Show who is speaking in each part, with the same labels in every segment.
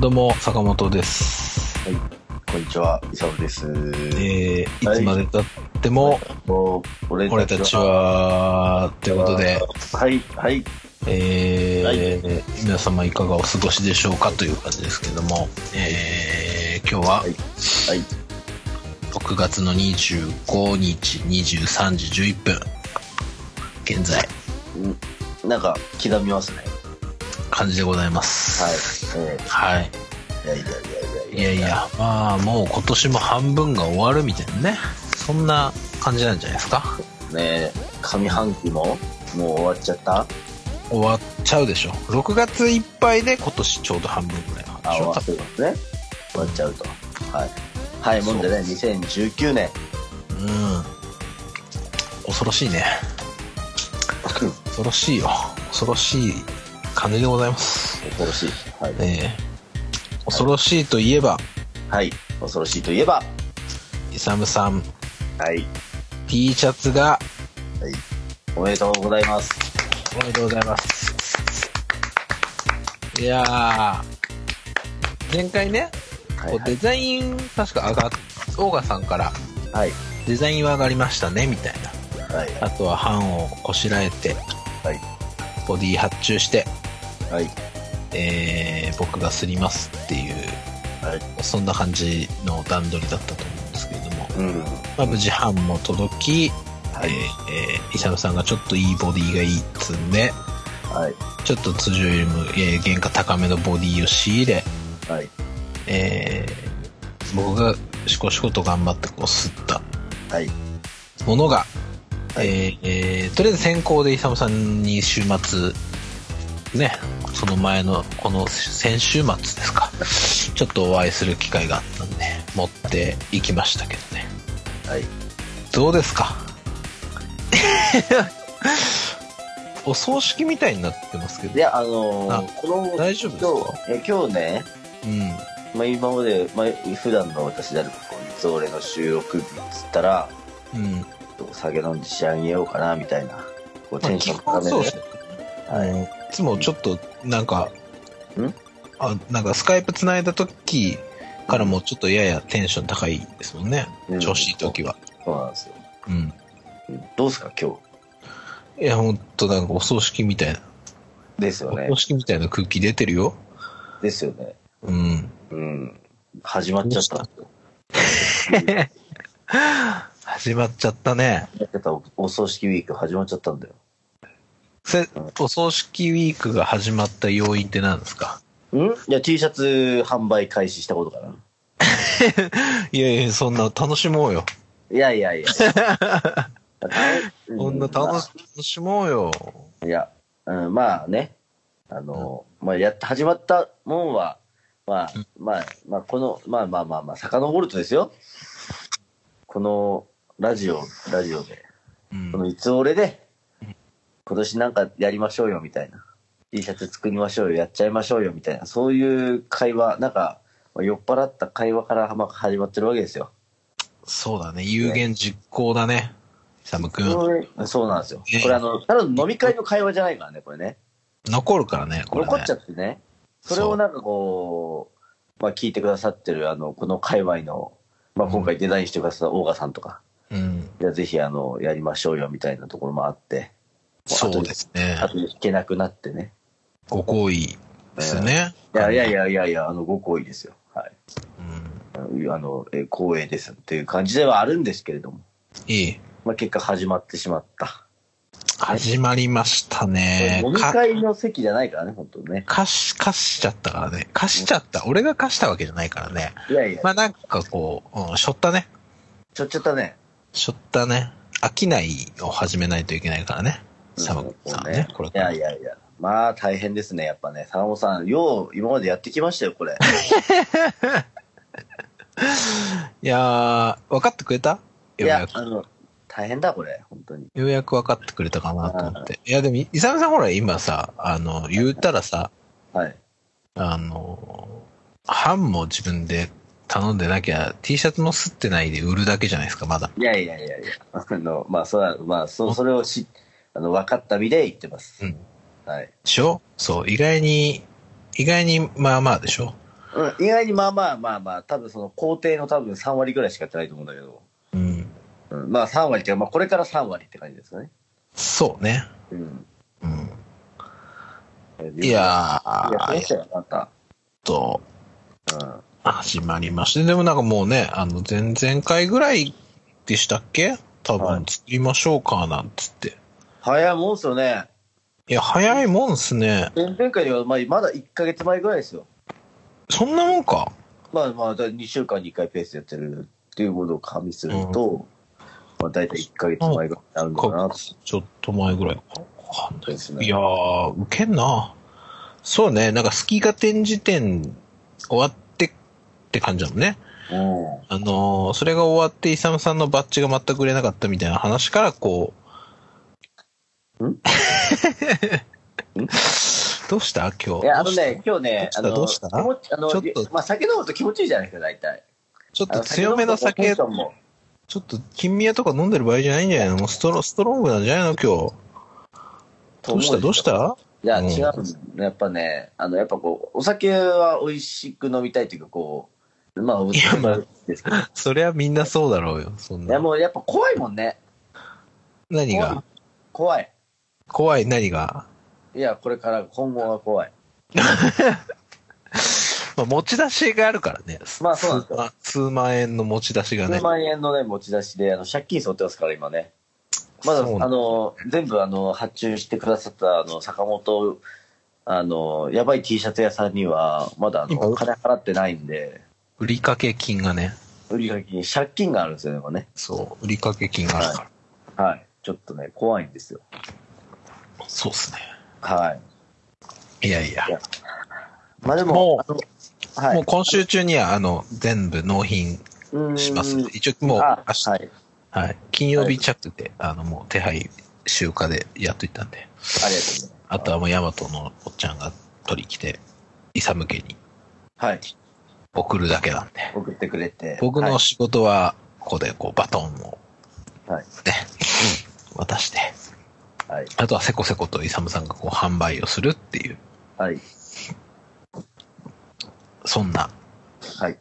Speaker 1: どうも、坂本です。
Speaker 2: こんにちは、イサムです。
Speaker 1: えー、いつまで経っても、
Speaker 2: もう俺
Speaker 1: 俺たち、は、ということで、
Speaker 2: はい、はい、
Speaker 1: えー皆様いかがお過ごしでしょうかという感じですけども、えー今日は
Speaker 2: はいはい、
Speaker 1: 6月の25日23時11分、現在、
Speaker 2: なんか、刻みますね。
Speaker 1: 感じでございます。
Speaker 2: はい。
Speaker 1: はい。
Speaker 2: えー、いやいやい
Speaker 1: い
Speaker 2: や
Speaker 1: や
Speaker 2: いや
Speaker 1: いや、まあもう今年も半分が終わるみたいなね。そんな感じなんじゃないですか。
Speaker 2: ねえ上半期も、もう終わっちゃった
Speaker 1: 終わっちゃうでしょ。6月いっぱいで今年ちょうど半分ぐらいの
Speaker 2: あ、
Speaker 1: 話
Speaker 2: 終わ
Speaker 1: を
Speaker 2: ってますね。終わっちゃうと。はい。はい、もんでね、2019年。
Speaker 1: うん。恐ろしいね。恐ろしいよ。恐ろしい感じでございます。
Speaker 2: 恐ろしい。はい。
Speaker 1: ええ恐ろしいといえば、
Speaker 2: はい、恐ろしいといえば、
Speaker 1: イサムさん、
Speaker 2: はい、
Speaker 1: T シャツが、
Speaker 2: はい。おめでとうございます。
Speaker 1: おめでとうございます。いやー、前回ね、
Speaker 2: はい
Speaker 1: こう、デザイン、確か上がっ、オーガさんから、
Speaker 2: はい、
Speaker 1: デザインは上がりましたね、みたい
Speaker 2: はい、
Speaker 1: な。あとは、版をこしらえて、
Speaker 2: はい、
Speaker 1: ボディ発注して、
Speaker 2: はい、
Speaker 1: えー、僕がすりますっていう、
Speaker 2: はい。
Speaker 1: そんな感じの段取りだったと思うんですけれども、
Speaker 2: うん。
Speaker 1: まあ、無事版も届き、
Speaker 2: はい
Speaker 1: えー、えー、イサムさんがちょっといいボディがいいっつうんで、
Speaker 2: はい、
Speaker 1: ちょっと通常よりも、えー原価高めのボディを仕入れ、
Speaker 2: はい、
Speaker 1: えー僕がしこしこと頑張ってこう吸った
Speaker 2: はい、
Speaker 1: ものが、
Speaker 2: はい
Speaker 1: えーえーとりあえず先行でイサムさんに週末ねその前のこの先週末です かちょっとお会いする機会があったんで持っていきましたけどね
Speaker 2: はい。
Speaker 1: どうですか お葬式みたいになってますけ
Speaker 2: い
Speaker 1: ど
Speaker 2: や、あのー
Speaker 1: あ
Speaker 2: この、
Speaker 1: 大丈夫ですか
Speaker 2: 今日いや今日ね、
Speaker 1: うん
Speaker 2: まあ、今まで、まあ、普段の私であるこういつ俺の収録日っつったら、
Speaker 1: うん
Speaker 2: お酒飲んで仕上げようかな、みたいな、こうテンション
Speaker 1: まあ
Speaker 2: 高め
Speaker 1: 基本そうです
Speaker 2: で
Speaker 1: すね
Speaker 2: はい
Speaker 1: あのいつもちょっとなんか
Speaker 2: ん
Speaker 1: あなんかスカイプつないだ時からもちょっとややテンション高いですもんね、
Speaker 2: うん
Speaker 1: 調子いい時は
Speaker 2: そうなんですよ。
Speaker 1: うん
Speaker 2: うんどうすか、今
Speaker 1: いやほんとなんかお葬式みたいな、
Speaker 2: 日。ですよね
Speaker 1: お葬。式みたいな空気出てるよ
Speaker 2: ですよね。
Speaker 1: うん
Speaker 2: うん。始まっちゃった。
Speaker 1: どう
Speaker 2: 始
Speaker 1: 始まっちゃったね
Speaker 2: まっちゃったおお葬式ウィーク始まっちゃったんだよ。
Speaker 1: せお葬式ウィークが始まった要因って何ですか
Speaker 2: んいや、T シャツ販売開始したことかな。
Speaker 1: いやいやそんな楽しもうよ
Speaker 2: いや いやいや。
Speaker 1: そんな
Speaker 2: まあ
Speaker 1: 楽し楽しもうよ
Speaker 2: いや、うん、まあね、あの、まあ、やっ始まったもんは、まあ
Speaker 1: うん、
Speaker 2: まあ、まあ、この、まあまあまあまあ、遡るとですよ。この、ラジオ、ラジオで、
Speaker 1: うん
Speaker 2: このいつ俺で、今年なんかやりましょうよ、みたいな。T シャツ作りましょうよ、やっちゃいましょうよ、みたいな。そういう会話、なんか、まあ酔っ払った会話からまあ始まってるわけですよ。
Speaker 1: そうだね、有言実行だね、イサム君。
Speaker 2: そうそうなんですよ
Speaker 1: ね。
Speaker 2: これあの、ただの飲み会の会話じゃないからね、これね。
Speaker 1: 残るからね、これ、ね。
Speaker 2: 残っちゃってね、それをなんかこう、まあ、聞いてくださってる、あの、この界隈の、まあ、今回デザインしてくださったオーガさんとか、
Speaker 1: うん。
Speaker 2: いやぜひ、あの、やりましょうよみたいなところもあって、
Speaker 1: そうですね。
Speaker 2: あとで弾けなくなってね。
Speaker 1: ご好意ですね。
Speaker 2: いやいやいやいやいや、あの、ご好意ですよ。はい。
Speaker 1: うん。
Speaker 2: あのあの、え光栄ですっていう感じではあるんですけれども、
Speaker 1: いい。
Speaker 2: まあ、結果始まってしまった。
Speaker 1: 始まりましたね。
Speaker 2: 飲み
Speaker 1: か
Speaker 2: 会の席じゃないからね、本当にね。
Speaker 1: 貸し、貸しちゃったからね。貸しちゃった。俺が貸したわけじゃないからね。
Speaker 2: いやいや、
Speaker 1: まあなんかこう、うん、しょったね。
Speaker 2: ちょっちゃったね。
Speaker 1: しょったね。飽きないを始めないといけないからね。サムさんはね、これ
Speaker 2: い
Speaker 1: から
Speaker 2: やいやいや。まあ大変ですね、やっぱね。坂本さん、よう今までやってきましたよ、これ。
Speaker 1: いやー、分かってくれた
Speaker 2: い
Speaker 1: ようや
Speaker 2: や
Speaker 1: く、
Speaker 2: あの、大変だ、これ、本当に。
Speaker 1: ようやく分かってくれたかなと思って。いや、でも、イサムさんほら、今さ、あの、言ったらさ、
Speaker 2: はい。
Speaker 1: あの、版も自分で頼んでなきゃ、T シャツも吸ってないで売るだけじゃないですか、まだ。
Speaker 2: いやいやいやいや。あの、まあ、そら、まあ、そ、それをし、あの、分かった身で言ってます。
Speaker 1: うん。
Speaker 2: はい。
Speaker 1: でしょそう、意外に、意外にまあまあでしょ
Speaker 2: うん、意外にまあまあまあまあ、多分その工程の多分3割ぐらいしかやってないと思うんだけど、
Speaker 1: うん。
Speaker 2: うん、まあ3割っていうか、まあこれから3割って感じですかね。
Speaker 1: そうね。
Speaker 2: うん。
Speaker 1: うん。いや
Speaker 2: いや、
Speaker 1: ー、
Speaker 2: そう
Speaker 1: えっ
Speaker 2: したよ、あんた。
Speaker 1: と、
Speaker 2: うん。
Speaker 1: 始まりまして。でもなんかもうね、あの、前々回ぐらいでしたっけ多
Speaker 2: は
Speaker 1: 分
Speaker 2: い、
Speaker 1: 作りましょうか、なんつって。
Speaker 2: 早いもんっすよね。
Speaker 1: いや、早いもんっすね。
Speaker 2: 前々回には、まあ、まだ1ヶ月前ぐらいですよ。
Speaker 1: そんなもんか。
Speaker 2: まあまあ、だ2週間に1回ペースでやってるっていうことを加味すると、まあ大体1ヶ月前ぐらいになるのかなと。
Speaker 1: ちょっと前ぐらいか。わかんない
Speaker 2: です
Speaker 1: いやー、ウケんな。そうね、なんか好きが展示展終わってって感じだもんね。
Speaker 2: うん。
Speaker 1: あのーそれが終わって、イサムさんのバッジが全く売れなかったみたいな話から、こう。
Speaker 2: ん
Speaker 1: どうした今日。
Speaker 2: いや、あの
Speaker 1: どう
Speaker 2: ね
Speaker 1: し、
Speaker 2: 今日ね、あ
Speaker 1: どうしたど
Speaker 2: の、
Speaker 1: う
Speaker 2: 気
Speaker 1: した
Speaker 2: 持ち、あの、
Speaker 1: ちょっと
Speaker 2: いまあ、酒飲むと気持ちいいじゃないですか、大体。
Speaker 1: たちょっ
Speaker 2: あ
Speaker 1: と
Speaker 2: の
Speaker 1: 強めの
Speaker 2: 飲
Speaker 1: 酒、
Speaker 2: む
Speaker 1: ち
Speaker 2: と
Speaker 1: ょ
Speaker 2: こうテンションも
Speaker 1: っと金宮とか飲んでる場合じゃないんじゃないのもうストロストロングなんじゃないの今日。どうしたどうした
Speaker 2: いや、
Speaker 1: うん
Speaker 2: 違うんだやっぱね、あの、やっぱこう、お酒は美味しく飲みたいというか、こう、まあ、お
Speaker 1: いやまあ
Speaker 2: ですけど、い
Speaker 1: そりゃみんなそうだろうよ。そん
Speaker 2: や、
Speaker 1: な。
Speaker 2: もうやっぱ怖いもんね。
Speaker 1: 何が
Speaker 2: 怖い。
Speaker 1: 怖い何が
Speaker 2: いや、これから、今後は怖い。
Speaker 1: まあ、持ち出しがあるからね。
Speaker 2: まあそうなんです
Speaker 1: 数
Speaker 2: よ
Speaker 1: 万数万円の持ち出しがね
Speaker 2: 数。万円のね、持ち出しで、あの、借金背負ってますから、今ね。まだ、
Speaker 1: そう
Speaker 2: あの、全部、あの、発注してくださった、あの、坂本、あの、やばい T シャツ屋さんには、まだ、あ
Speaker 1: 今
Speaker 2: の、金払ってないんで、
Speaker 1: 売り掛け金がね。
Speaker 2: 売り借金、借金があるんですよね、今ね。
Speaker 1: そう、売り掛け金があるから。
Speaker 2: はい。ちょっとね、怖いんですよ。
Speaker 1: そうっすね。
Speaker 2: はい。
Speaker 1: いやいや。
Speaker 2: まあでも、
Speaker 1: も
Speaker 2: あのは
Speaker 1: もう
Speaker 2: い、
Speaker 1: 今週中には、あの、全部納品
Speaker 2: う
Speaker 1: しますん
Speaker 2: ー
Speaker 1: で
Speaker 2: ん
Speaker 1: 一応もう
Speaker 2: あ
Speaker 1: 明日、
Speaker 2: は。
Speaker 1: はい金曜日着で、あの、もう手配、集荷でやっといたんで。
Speaker 2: ありがとうございます。
Speaker 1: あとはもうヤマトのおっちゃんが取り来て、イサム家に
Speaker 2: はい。
Speaker 1: 送るだけなんで。
Speaker 2: 送ってくれて。
Speaker 1: 僕
Speaker 2: は
Speaker 1: の
Speaker 2: い
Speaker 1: 仕事は、ここでこう、バトンを、
Speaker 2: は
Speaker 1: ね、
Speaker 2: い。
Speaker 1: 渡して、
Speaker 2: はい。
Speaker 1: あとはせこせことイサムさんがこう、販売をするっていう、
Speaker 2: はい。
Speaker 1: そんな
Speaker 2: はい。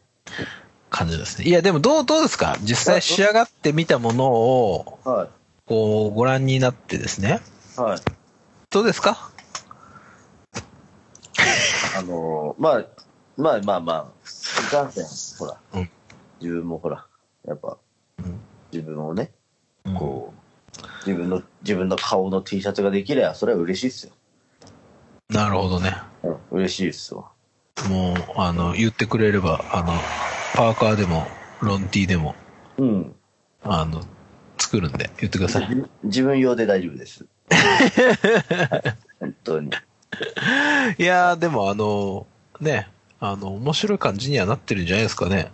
Speaker 1: 感じですね。いや、でもどう、どうですか実際仕上がってみたものを、
Speaker 2: は
Speaker 1: こう、ご覧になってですね。
Speaker 2: い。はい。
Speaker 1: どうですか
Speaker 2: あのーまあ、まあまあまあ、いかんせん、ほら、
Speaker 1: うん
Speaker 2: 自分もほら、やっぱ、
Speaker 1: うん
Speaker 2: 自分をね、
Speaker 1: こ
Speaker 2: こう、自分の、自分の顔の T シャツができれば、それは嬉しいっすよ。
Speaker 1: うなるほどね。
Speaker 2: うん、嬉しいっすわ。
Speaker 1: もう、あの、言ってくれれば、あの、パーカーでも、ロンティーでも、
Speaker 2: うん。
Speaker 1: あの、作るんで、言ってくださ い。
Speaker 2: 自自分用で大丈夫です。本当に。
Speaker 1: いやー、でもあの、ね、あの、面白い感じにはなってるんじゃないですかね。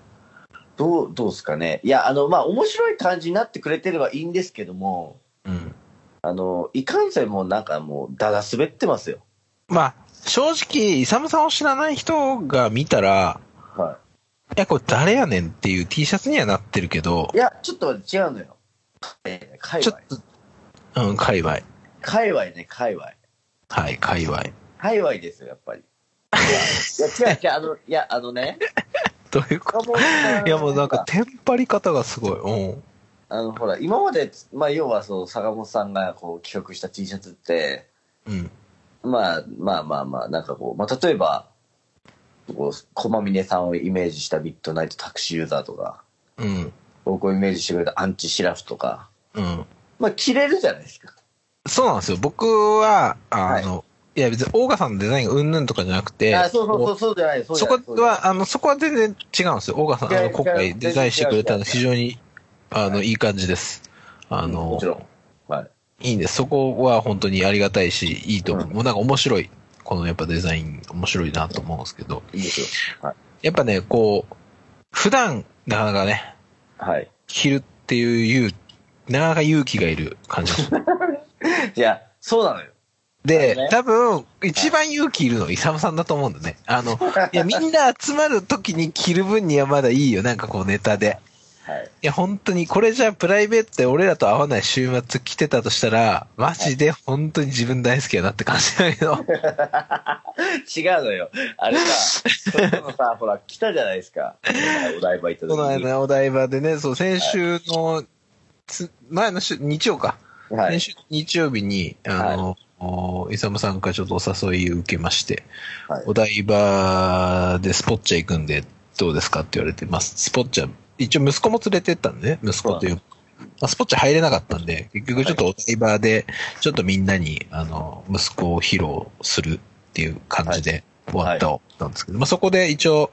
Speaker 2: どう、どうすかね。いや、あの、まあ、面白い感じになってくれてればいいんですけども、
Speaker 1: うん。
Speaker 2: あの、いかんせんもうなんかもう、だだ滑ってますよ。
Speaker 1: まあ、正直、イサムさんを知らない人が見たら、
Speaker 2: はい
Speaker 1: や、これ誰やねんっていう T シャツにはなってるけど
Speaker 2: い。、や、ちょっと待って違うのよ。えー界
Speaker 1: ちょ
Speaker 2: 隈
Speaker 1: っ。と、うん、界隈。
Speaker 2: 界隈ね、界隈。
Speaker 1: はい、界隈。
Speaker 2: 界隈ですよ、やっ ぱり。いや、いや違う違う、あの、いや、あのね、
Speaker 1: どういうこ
Speaker 2: 岡本
Speaker 1: と
Speaker 2: さ
Speaker 1: いや、もうなんか、テンパり方がすごい。うん。
Speaker 2: あの、ほら、今まで、まあ、要は、そう、坂本さんが、こう、企画した T シャツって、
Speaker 1: うん。
Speaker 2: まあ、まあまあまあ、なんかこう、まあ、例えば、こう、駒峰さんをイメージしたミッドナイトタクシーユーザーとか、
Speaker 1: うん。
Speaker 2: 僕をイメージしてくれたアンチシラフとか、
Speaker 1: うん。
Speaker 2: まあ、着れるじゃないですか。
Speaker 1: そうなんですよ。僕は、あの、い、や別に、オーガさんのデザインがうんぬんとかじゃなくて、
Speaker 2: あそうそうそう、そうじゃない、うじ
Speaker 1: そ
Speaker 2: ゃない
Speaker 1: こ、は、あの、そこは全然違うんですよ。オーガさん、あ
Speaker 2: 違
Speaker 1: の、
Speaker 2: う
Speaker 1: 今
Speaker 2: 違
Speaker 1: 回
Speaker 2: う
Speaker 1: デザインしてくれたの
Speaker 2: 全然違う
Speaker 1: 非常に、あの、いい感じです。あ
Speaker 2: そうじゃない
Speaker 1: の
Speaker 2: もち、ろん。はい。
Speaker 1: いいんです。そこは本当にありがたいし、いいと思う。
Speaker 2: うん
Speaker 1: もうなんか面白い。このやっぱデザイン面白いなと思うんですけど、
Speaker 2: いいですよ。はい。
Speaker 1: やっぱね、こう、普段、なかなかね、
Speaker 2: はい。
Speaker 1: 着るっていう勇なかなか勇気がいる感じです。
Speaker 2: いや、そうなのよ。
Speaker 1: で、
Speaker 2: なるほどね
Speaker 1: 多分、一番勇気いるのはイサムさんだと思うんだね。あの、いや、みんな集まる時に着る分にはまだいいよ。なんかこうネタで。
Speaker 2: はい。
Speaker 1: いや、本当に、これじゃあプライベートで俺らと会わない週末来てたとしたら、マジで本当に自分大好きだなって感じだけど。
Speaker 2: 違うのよ。あれさ、 それこそさ、ほら、来たじゃないですか。お台場行った
Speaker 1: この
Speaker 2: 時に。
Speaker 1: 間お台場でね、そう、先週の、つ前の週、日曜か。
Speaker 2: は
Speaker 1: 先
Speaker 2: い。
Speaker 1: 週日曜日に、あの、おイサムさんからちょっとお誘いを受けまして、
Speaker 2: はい
Speaker 1: お台場でスポッチャ行くんで、どうですかって言われてます。スポッチャ、一応息子も連れてったんでね、息子という。まあスポッチャ入れなかったんで、結局ちょっとお台場で、ちょっとみんなに、あの、息子を披露するっていう感じで終わったんですけど、まあそこで一応、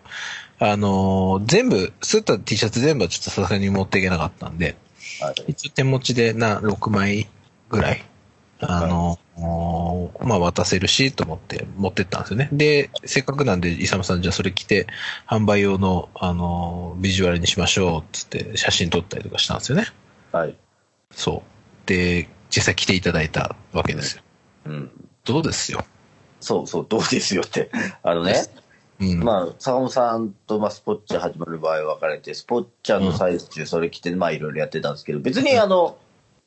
Speaker 1: あの全部、スータ T シャツ全部はちょっとさすがに持っていけなかったんで、
Speaker 2: はい
Speaker 1: 一応手持ちでな、6枚ぐらい、あの、まあ渡せるし、と思って持ってったんですよね。で、せっかくなんで、イサムさんじゃあそれ着て、販売用の、あの、ビジュアルにしましょう、つって写真撮ったりとかしたんですよね。
Speaker 2: はい。
Speaker 1: そう。で、実際着ていただいたわけですよ。
Speaker 2: うん。
Speaker 1: どうですよ。
Speaker 2: そうそう、どうですよって。あのね、
Speaker 1: うん。
Speaker 2: まあ、坂本さんと、まあ、スポッチャ始まる場合分かれて、スポッチャの最中、それ着て、まあ、いろいろやってたんですけど、別に、あの、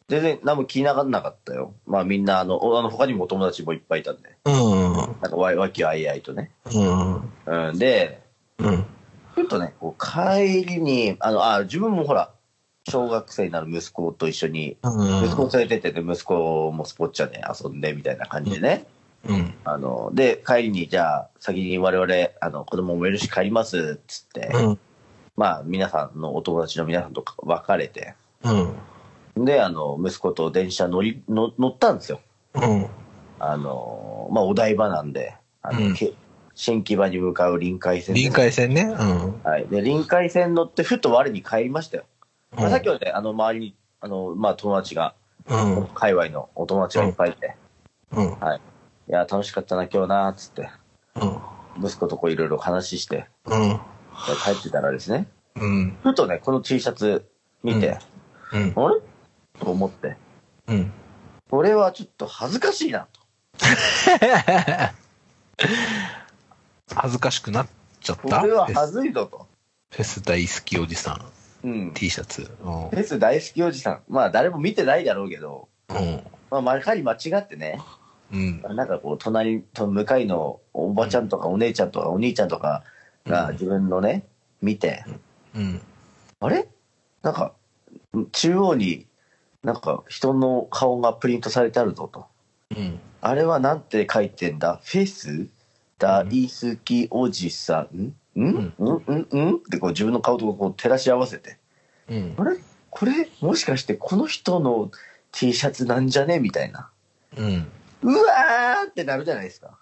Speaker 2: 全然何も気にならなかったよ。まあ、みんな、あの、おあの他にもお友達もいっぱいいたんで、
Speaker 1: うん。
Speaker 2: なんか、わいわきあいあいとね。
Speaker 1: うん。
Speaker 2: うん、で、
Speaker 1: うん。
Speaker 2: ちょっとね、こう帰りに、あの、あ、自分もほら、小学生になる息子と一緒に、
Speaker 1: うん。
Speaker 2: 息子を連れてって、ね、息子もスポッチャで遊んで、みたいな感じでね。
Speaker 1: うん。
Speaker 2: あの、で、帰りに、じゃあ、先に我々、あの、子供もいるし帰ります、つって、
Speaker 1: うん。
Speaker 2: まあ、皆さんの、お友達の皆さんと別れて、
Speaker 1: うん。
Speaker 2: で、あの、息子と電車乗り、の乗ったんですよ。
Speaker 1: うん。
Speaker 2: あの、まあ、お台場なんで、あの、
Speaker 1: うん
Speaker 2: け新木場に向かう臨海線です
Speaker 1: 臨海線ね。うん。
Speaker 2: はい。で、臨海線乗って、ふと我に帰りましたよ。まあ、さっきはね、あの、周りに、あの、まあ、友達が、
Speaker 1: うん。
Speaker 2: 界隈のお友達がいっぱいいて、
Speaker 1: うん。
Speaker 2: いや、楽しかったな、今日な、つって、
Speaker 1: うん。
Speaker 2: 息子とこういろいろ話して、
Speaker 1: うん。
Speaker 2: で帰ってたらですね、
Speaker 1: うん。
Speaker 2: ふとね、この T シャツ見て、
Speaker 1: うん。
Speaker 2: あれと思って、
Speaker 1: うん。
Speaker 2: これはちょっと恥ずかしいな、と。
Speaker 1: 恥ずかしくなっちゃっ
Speaker 2: こ
Speaker 1: た
Speaker 2: れは
Speaker 1: フェ
Speaker 2: 恥
Speaker 1: ス
Speaker 2: ずいぞ、と。
Speaker 1: フェス大好きおじさん
Speaker 2: うん。フ
Speaker 1: T シャツ。うん。
Speaker 2: ェス大好きおじさん。まあ、誰も見てないだろうけど、
Speaker 1: うん。
Speaker 2: まあ、まかり間違ってね、
Speaker 1: うん。
Speaker 2: なんかこう、隣と向かいのおばちゃんとかお姉ちゃんとかお兄ちゃんとかが
Speaker 1: うん
Speaker 2: 自分のね、見て、
Speaker 1: うん。
Speaker 2: あれなんか、中央になんか人の顔がプリントされてあるぞと。
Speaker 1: うん。
Speaker 2: あれはなんて書いてんだフェス大好きおじさんんんんんんってこう自分の顔とこう照らし合わせて。
Speaker 1: うん
Speaker 2: あ。れこれもしかしてこの人の T シャツなんじゃねみたいな。
Speaker 1: うん。
Speaker 2: うわーってなるじゃないですか。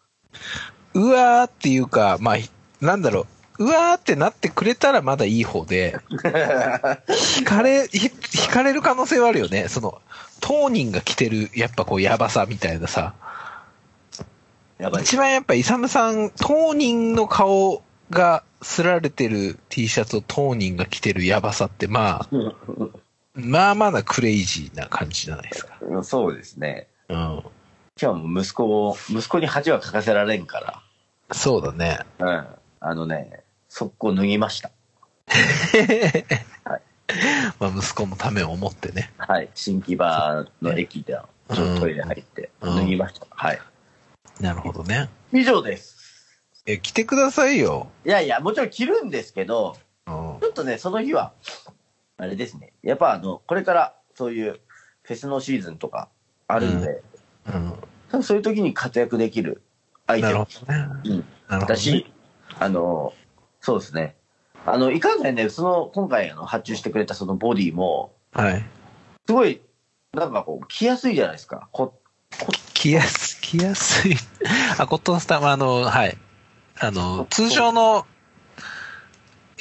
Speaker 1: うわーっていうか、まあ、なんだろう。うわーってなってくれたらまだいい方で、惹かれ、ひ惹かれる可能性はあるよね。その、当人が着てる、やっぱこう、やばさみたいなさ。
Speaker 2: やばい。
Speaker 1: 一番やっぱ、イサムさん、当人の顔がすられてる T シャツを当人が着てるやばさって、まあ、まあまあなクレイジーな感じじゃないですか。
Speaker 2: うんそうですね。
Speaker 1: うん。
Speaker 2: しかも息子を、息子に恥はかかせられんか
Speaker 1: そうだね。
Speaker 2: ら、うん。あのね、速攻脱ぎました。
Speaker 1: まあ、息子のためを思ってね。
Speaker 2: はい。新木場の駅で、ちょっとトイレ入って、
Speaker 1: うん
Speaker 2: 脱ぎました。はい。
Speaker 1: なるほどね。
Speaker 2: 以上です。
Speaker 1: え、着てくださいよ。
Speaker 2: いやいや、もちろん着るんですけど、
Speaker 1: うん。
Speaker 2: ちょっとね、その日は、あれですね。やっぱあの、これからそういうフェスのシーズンとかあるんで、
Speaker 1: う
Speaker 2: 多分そういう時に活躍できる
Speaker 1: ん。
Speaker 2: 相
Speaker 1: な
Speaker 2: 手
Speaker 1: る
Speaker 2: を
Speaker 1: ほどね。
Speaker 2: う
Speaker 1: な
Speaker 2: ん
Speaker 1: るほど、ね。
Speaker 2: 私、あの、そうですね。あの、いかんせんね、その、今回あの発注してくれたそのボディも、
Speaker 1: はい。
Speaker 2: すごい、なんかこう、着やすいじゃないですか。こ
Speaker 1: 着やす、着やすい。あ、コットンスタッフ、あの、はい。あの、通常の、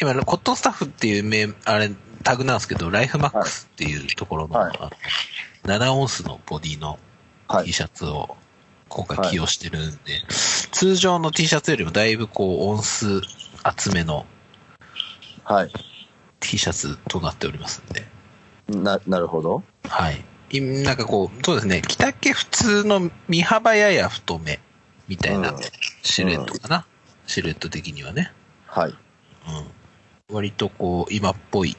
Speaker 1: 今、コットンスタッフっていう名、あれ、タグなんですけど、ライフマックスっていうところの、
Speaker 2: はい
Speaker 1: あの7オンスのボディの
Speaker 2: は
Speaker 1: T
Speaker 2: い。
Speaker 1: シャツを今
Speaker 2: は
Speaker 1: 回
Speaker 2: い
Speaker 1: 起用してるんで、通常の T シャツよりもだいぶこう、オンス厚めの
Speaker 2: はい。
Speaker 1: T シャツとなっておりますんで、
Speaker 2: な、なるほど。
Speaker 1: はい。いなんかこう、そうですね、着丈普通の身幅やや太めみたいな
Speaker 2: うん
Speaker 1: シルエットかな、シルエット的にはね、
Speaker 2: はい。
Speaker 1: うん、割とこう今っぽい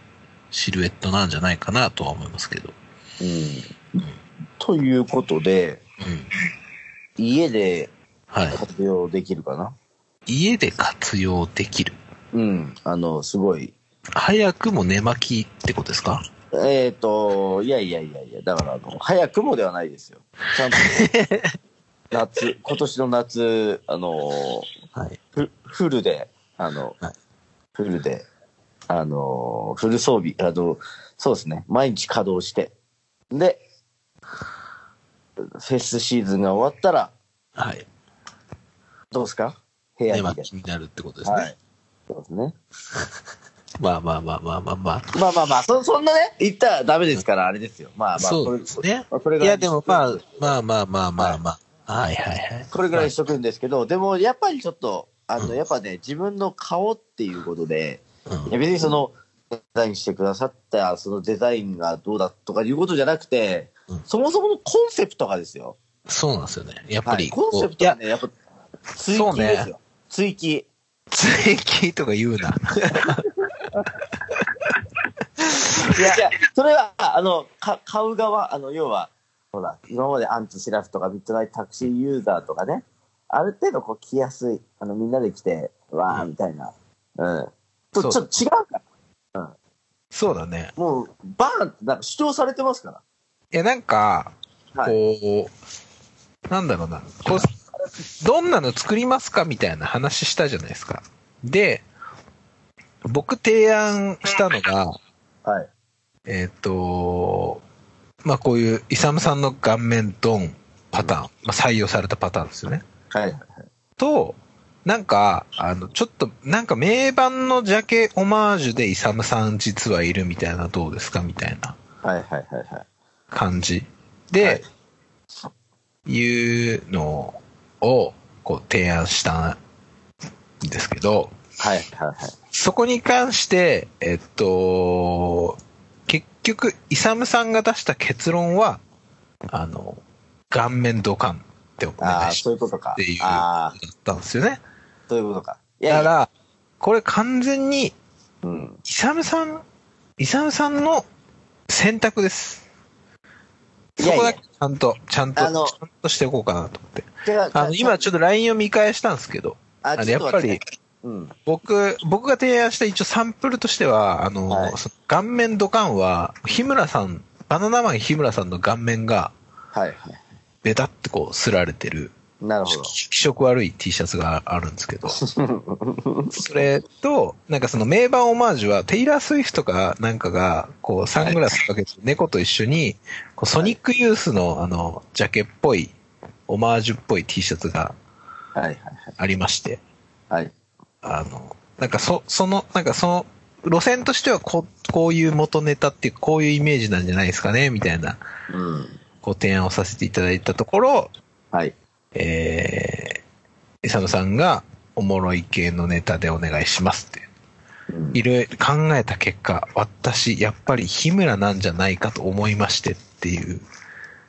Speaker 1: シルエットなんじゃないかなとは思いますけど。
Speaker 2: うん。ということで、
Speaker 1: うん。
Speaker 2: 家で
Speaker 1: はい。
Speaker 2: 活用できるかな、
Speaker 1: 家で活用できる。
Speaker 2: うん。あの、すごい。
Speaker 1: 早くも寝巻きってことですか
Speaker 2: えっ、と、いやいやいやいや、だからあの、早くもではないですよ。ちゃんと、夏、今年の夏、あの、
Speaker 1: はい。
Speaker 2: フフルで、あの、
Speaker 1: はい
Speaker 2: フルで、あの、フル装備、あの、そうですね、毎日稼働して、で、フェスシーズンが終わったら、
Speaker 1: はい。
Speaker 2: どうですか部屋
Speaker 1: 寝
Speaker 2: にで。
Speaker 1: 巻きになるってことですね。
Speaker 2: はい。そうですね。
Speaker 1: まあまあまあまあまあまあ。
Speaker 2: まあまあまあ、そそんなね、言ったらダメですから、あれですよ。まあまあ、
Speaker 1: そうですね
Speaker 2: これこれ
Speaker 1: い
Speaker 2: ぐら
Speaker 1: や、でもまあ、まあまあまあま
Speaker 2: は
Speaker 1: あ
Speaker 2: い
Speaker 1: まあ。はいはいはい。
Speaker 2: これぐらいにしとくんですけど、でもやっぱりちょっと、あ
Speaker 1: う
Speaker 2: の、
Speaker 1: ん
Speaker 2: やっぱね、自分の顔っていうことで、
Speaker 1: うん
Speaker 2: いや別にその、デザインしてくださった、そのデザインがどうだとかいうことじゃなくて、
Speaker 1: うん
Speaker 2: そもそものコンセプトがですよ。
Speaker 1: そうなんですよね。やっぱ
Speaker 2: は
Speaker 1: り
Speaker 2: い。
Speaker 1: こう、
Speaker 2: コンセプ
Speaker 1: い
Speaker 2: トが
Speaker 1: や、
Speaker 2: ね、やっぱ、追
Speaker 1: そう
Speaker 2: 記で
Speaker 1: ね
Speaker 2: す。よ。追記。
Speaker 1: 追記とか言うな。
Speaker 2: いや、いやそれは、あの、か買う側、あの、要は、ほら、今までアンツシラフとかミッドナイトタクシーユーザーとかね、ある程度こう来やすい、あの、みんなで来て、わー、
Speaker 1: うん
Speaker 2: みたいな。うん。と
Speaker 1: そう
Speaker 2: ちょっと違うから。
Speaker 1: そうだね。
Speaker 2: もう、バーンってなんか主張されてますか
Speaker 1: いや、なんか、
Speaker 2: ら。はい。
Speaker 1: こう、なんだろうな、こう、どんなの作りますかみたいな話したじゃないですか。で、僕提案したのが、
Speaker 2: はい。
Speaker 1: えっ、と、まあ、こういう、イサムさんの顔面ドンパターン、まあ、採用されたパターンですよね。
Speaker 2: はい。
Speaker 1: と、なんか、あの、ちょっと、なんか名盤のジャケオマージュでイサムさん実はいるみたいな、どうですかみたいな
Speaker 2: はい。はい。はい。はい。
Speaker 1: 感じで、
Speaker 2: はい
Speaker 1: いうのをこう提案したんですけど、
Speaker 2: はい。はい。はい。
Speaker 1: そこに関して、えっと、結局、イサムさんが出した結論は、あの、顔面土管ってお
Speaker 2: あ
Speaker 1: 願
Speaker 2: あ、
Speaker 1: いし
Speaker 2: そういうことか
Speaker 1: っていう。
Speaker 2: ああ、
Speaker 1: だったんですよね。
Speaker 2: そういうことか。い
Speaker 1: だ
Speaker 2: や
Speaker 1: か
Speaker 2: いや、
Speaker 1: ら、これ完全に、イ
Speaker 2: うん。
Speaker 1: サムさん、イサムさんの選択です。
Speaker 2: い
Speaker 1: そ
Speaker 2: やい
Speaker 1: こ
Speaker 2: や
Speaker 1: だけちゃんと、ちゃんと、ち
Speaker 2: あの
Speaker 1: ゃんとしておこうかなと思って。
Speaker 2: 違う
Speaker 1: あの、今ちょっと LINE を見返したんですけど、
Speaker 2: あ
Speaker 1: あの
Speaker 2: ちょ
Speaker 1: や
Speaker 2: と
Speaker 1: っぱ
Speaker 2: 待て
Speaker 1: り、
Speaker 2: うん。
Speaker 1: 僕、僕が提案した一応サンプルとしては、あの、
Speaker 2: はい
Speaker 1: その顔面ドカンは、日村さん、バナナマン日村さんの顔面が、
Speaker 2: はい。はい
Speaker 1: ベタってこう、すられてる、
Speaker 2: なるほど。
Speaker 1: 気色悪い T シャツがあるんですけ ど、それと、なんかその名盤オマージュは、テイラー・スウィフトかなんかが、こう、サングラスかけて猫と一緒に、こうソニックユースの、あの、ジャケっぽい、オマージュっぽい T シャツが
Speaker 2: はい。はい。
Speaker 1: ありまして、
Speaker 2: はい。
Speaker 1: あの、なんかそ、その、なんかその、路線としてはこう、こういう元ネタっていう、こういうイメージなんじゃないですかね、みたいな
Speaker 2: うん。
Speaker 1: ご提案をさせていただいたところ、
Speaker 2: はい。
Speaker 1: えー、イサムさんが、おもろい系のネタでお願いしますって。
Speaker 2: うん
Speaker 1: いろいろ考えた結果、私、やっぱり日村なんじゃないかと思いましてっていう、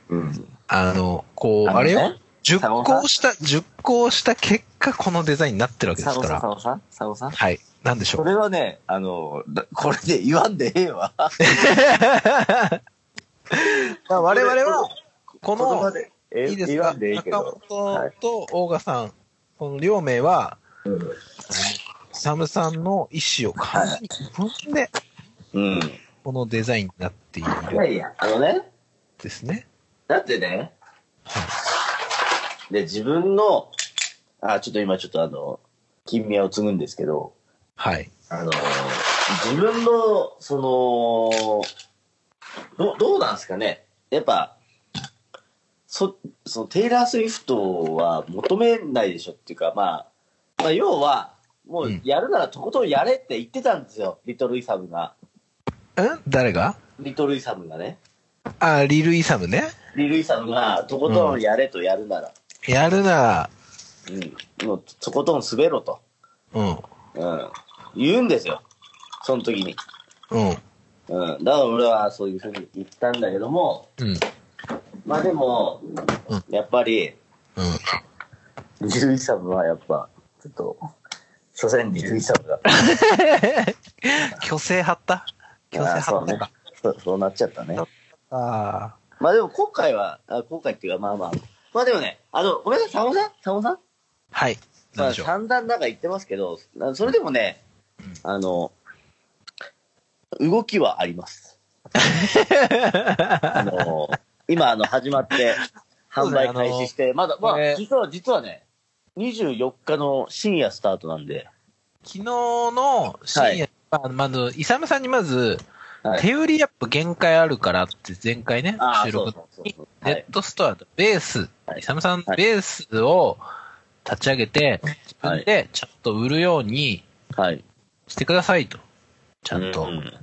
Speaker 2: うん。
Speaker 1: あの、こう、あれよ、熟
Speaker 2: サボさん
Speaker 1: 考した、熟考した結果、このデザインになってるわけで
Speaker 2: サ
Speaker 1: す
Speaker 2: ボ
Speaker 1: か
Speaker 2: さん、サ
Speaker 1: ら、
Speaker 2: ボさん、サボさん。
Speaker 1: はい、なんでしょ。
Speaker 2: そうれはね、あの、だこれで言わんでええわ。
Speaker 1: まあ我々は、こ
Speaker 2: こ
Speaker 1: の、
Speaker 2: で、え
Speaker 1: いいです
Speaker 2: 言わ
Speaker 1: か
Speaker 2: んでええけ
Speaker 1: 中
Speaker 2: ど。
Speaker 1: 本と大賀さん、この両名は、
Speaker 2: うん
Speaker 1: サムさんの意思を完全に踏んで、
Speaker 2: うん。い
Speaker 1: このデザインになっているん
Speaker 2: やいや、あのね、
Speaker 1: ですね。
Speaker 2: だってね
Speaker 1: は、
Speaker 2: で、自分の、あ、ちょっと今ちょっとあの、金宮を継ぐんですけど、
Speaker 1: はい。
Speaker 2: あの、自分の、その、どどうなんですかねやっぱ、そ、そのテイラー・スウィフトは求めないでしょっていうか、まあ、まあ、要は、もうやるならとことんやれって言ってたんですよ、リトル・イサムが。
Speaker 1: ん誰が
Speaker 2: リトル・イサムがね。
Speaker 1: あ、リル・イサムね。
Speaker 2: リル・イサムが、とことんやれとやるなら、
Speaker 1: やるなら、
Speaker 2: うん、もうとことん滑ろと、
Speaker 1: うん、
Speaker 2: うん、言うんですよ、その時に。
Speaker 1: うん、
Speaker 2: うん、だから俺はそういうふうに言ったんだけども、
Speaker 1: うん、
Speaker 2: まあでも、
Speaker 1: うん
Speaker 2: やっぱり、
Speaker 1: うん。
Speaker 2: リルイサムはやっぱ、ちょっと、所詮リルイサムだ。
Speaker 1: 虚勢張った強制発行か。
Speaker 2: そうそうなっちゃったね。
Speaker 1: あ
Speaker 2: まあでも今回は、あ今回っていうかまあまあ。まあでもね、あの、ごめんなさい、佐野さん佐野さん
Speaker 1: あ。はい。な
Speaker 2: ま
Speaker 1: ん
Speaker 2: あ
Speaker 1: でしょう。
Speaker 2: 散々なんか言ってますけど、なそれでもね、あの、動きはあ ります。あの、今あの始まって、
Speaker 1: そう
Speaker 2: 販
Speaker 1: だね
Speaker 2: 売開始して、まだ、ま
Speaker 1: これ
Speaker 2: あ実は、実はね、24日の深夜スタートなんで、
Speaker 1: 昨日の深夜、まあ、まず、イサムさんにまず、
Speaker 2: はい
Speaker 1: 手売りやっぱ限界あるからって前回ね
Speaker 2: あ、あ、
Speaker 1: 収
Speaker 2: そう
Speaker 1: 録
Speaker 2: そうそう
Speaker 1: に
Speaker 2: そう。は
Speaker 1: ネ
Speaker 2: い
Speaker 1: ットストアとベース、
Speaker 2: はい
Speaker 1: イサムさん
Speaker 2: はい
Speaker 1: ベースを立ち上げて、自分でちゃんと売るように
Speaker 2: はい。
Speaker 1: してくださいと。ちゃんと。
Speaker 2: うん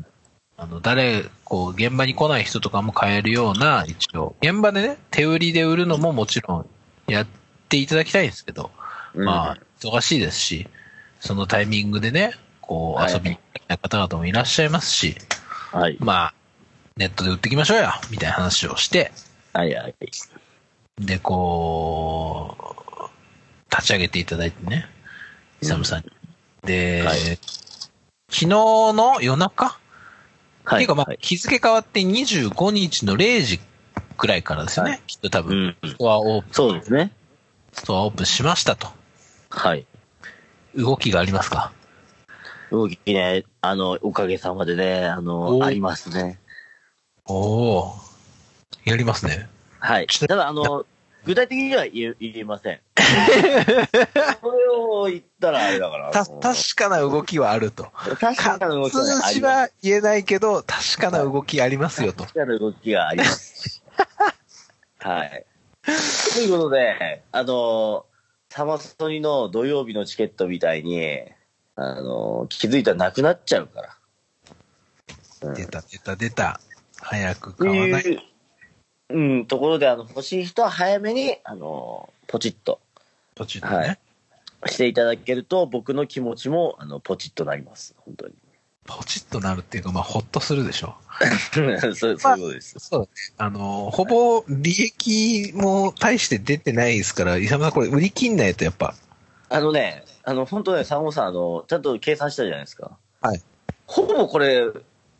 Speaker 1: あの、誰、こう、現場に来ない人とかも買えるような、一応、現場でね、手売りで売るのももちろんやっていただきたいんですけど、まあ、忙しいですし、そのタイミングでね、こ
Speaker 2: は
Speaker 1: う、
Speaker 2: い
Speaker 1: 遊びに来ない方々もいらっしゃいますし、
Speaker 2: うんはい。
Speaker 1: まあ、ネットで売ってきましょうや、みたいな話をして、
Speaker 2: はいはい。
Speaker 1: で、こう、立ち上げていただいてね、イサムさんに。で、
Speaker 2: はい
Speaker 1: 昨日の夜中
Speaker 2: は
Speaker 1: ってい
Speaker 2: いう
Speaker 1: か、まあ
Speaker 2: はい、
Speaker 1: 日付変わって25日の0時くらいからですよね。
Speaker 2: はい
Speaker 1: きっと多
Speaker 2: う
Speaker 1: 分、
Speaker 2: ん。
Speaker 1: ストアオープン、
Speaker 2: そうですね。
Speaker 1: ストアオープンしましたと。
Speaker 2: はい。
Speaker 1: 動きがありますか
Speaker 2: 動きね、あの、おかげさまでね、あ
Speaker 1: お
Speaker 2: の、ありますね。
Speaker 1: おおやりますね。
Speaker 2: はい。
Speaker 1: ちょ
Speaker 2: ただ、あの、具体的には言え言え ません。それを言ったらあれだから。
Speaker 1: た、
Speaker 2: もう
Speaker 1: 確かな動きはあると。
Speaker 2: 確かな動きはねあ
Speaker 1: 数
Speaker 2: り
Speaker 1: 字
Speaker 2: ま
Speaker 1: は言えないけど、確かな動きありますよ
Speaker 2: す。
Speaker 1: と。
Speaker 2: 確かな動きがあります。 はい。ということで、あの、サマソニの土曜日のチケットみたいに、あの、気づいたらなくなっちゃうから。うん
Speaker 1: 出た、出た、出た。早く
Speaker 2: って
Speaker 1: 買わない。
Speaker 2: いう、うん、ところで、あの、欲しい人は早めに、あの、ポチッと
Speaker 1: 途中で
Speaker 2: は
Speaker 1: ね
Speaker 2: い。していただけると、僕の気持ちも、あの、ポチッとなります。本当に。
Speaker 1: ポチッとなるっていうか、まあ、ほっとするでしょ。
Speaker 2: そう、そういうことです。
Speaker 1: そうね。あの、ほぼ利益も大して出てないですから、イサムさんこれ売り切んないとやっぱ、
Speaker 2: あのね、あの、本当ね、サンゴさん、あの、ちゃんと計算したじゃないですか。
Speaker 1: はい。
Speaker 2: ほぼこれ、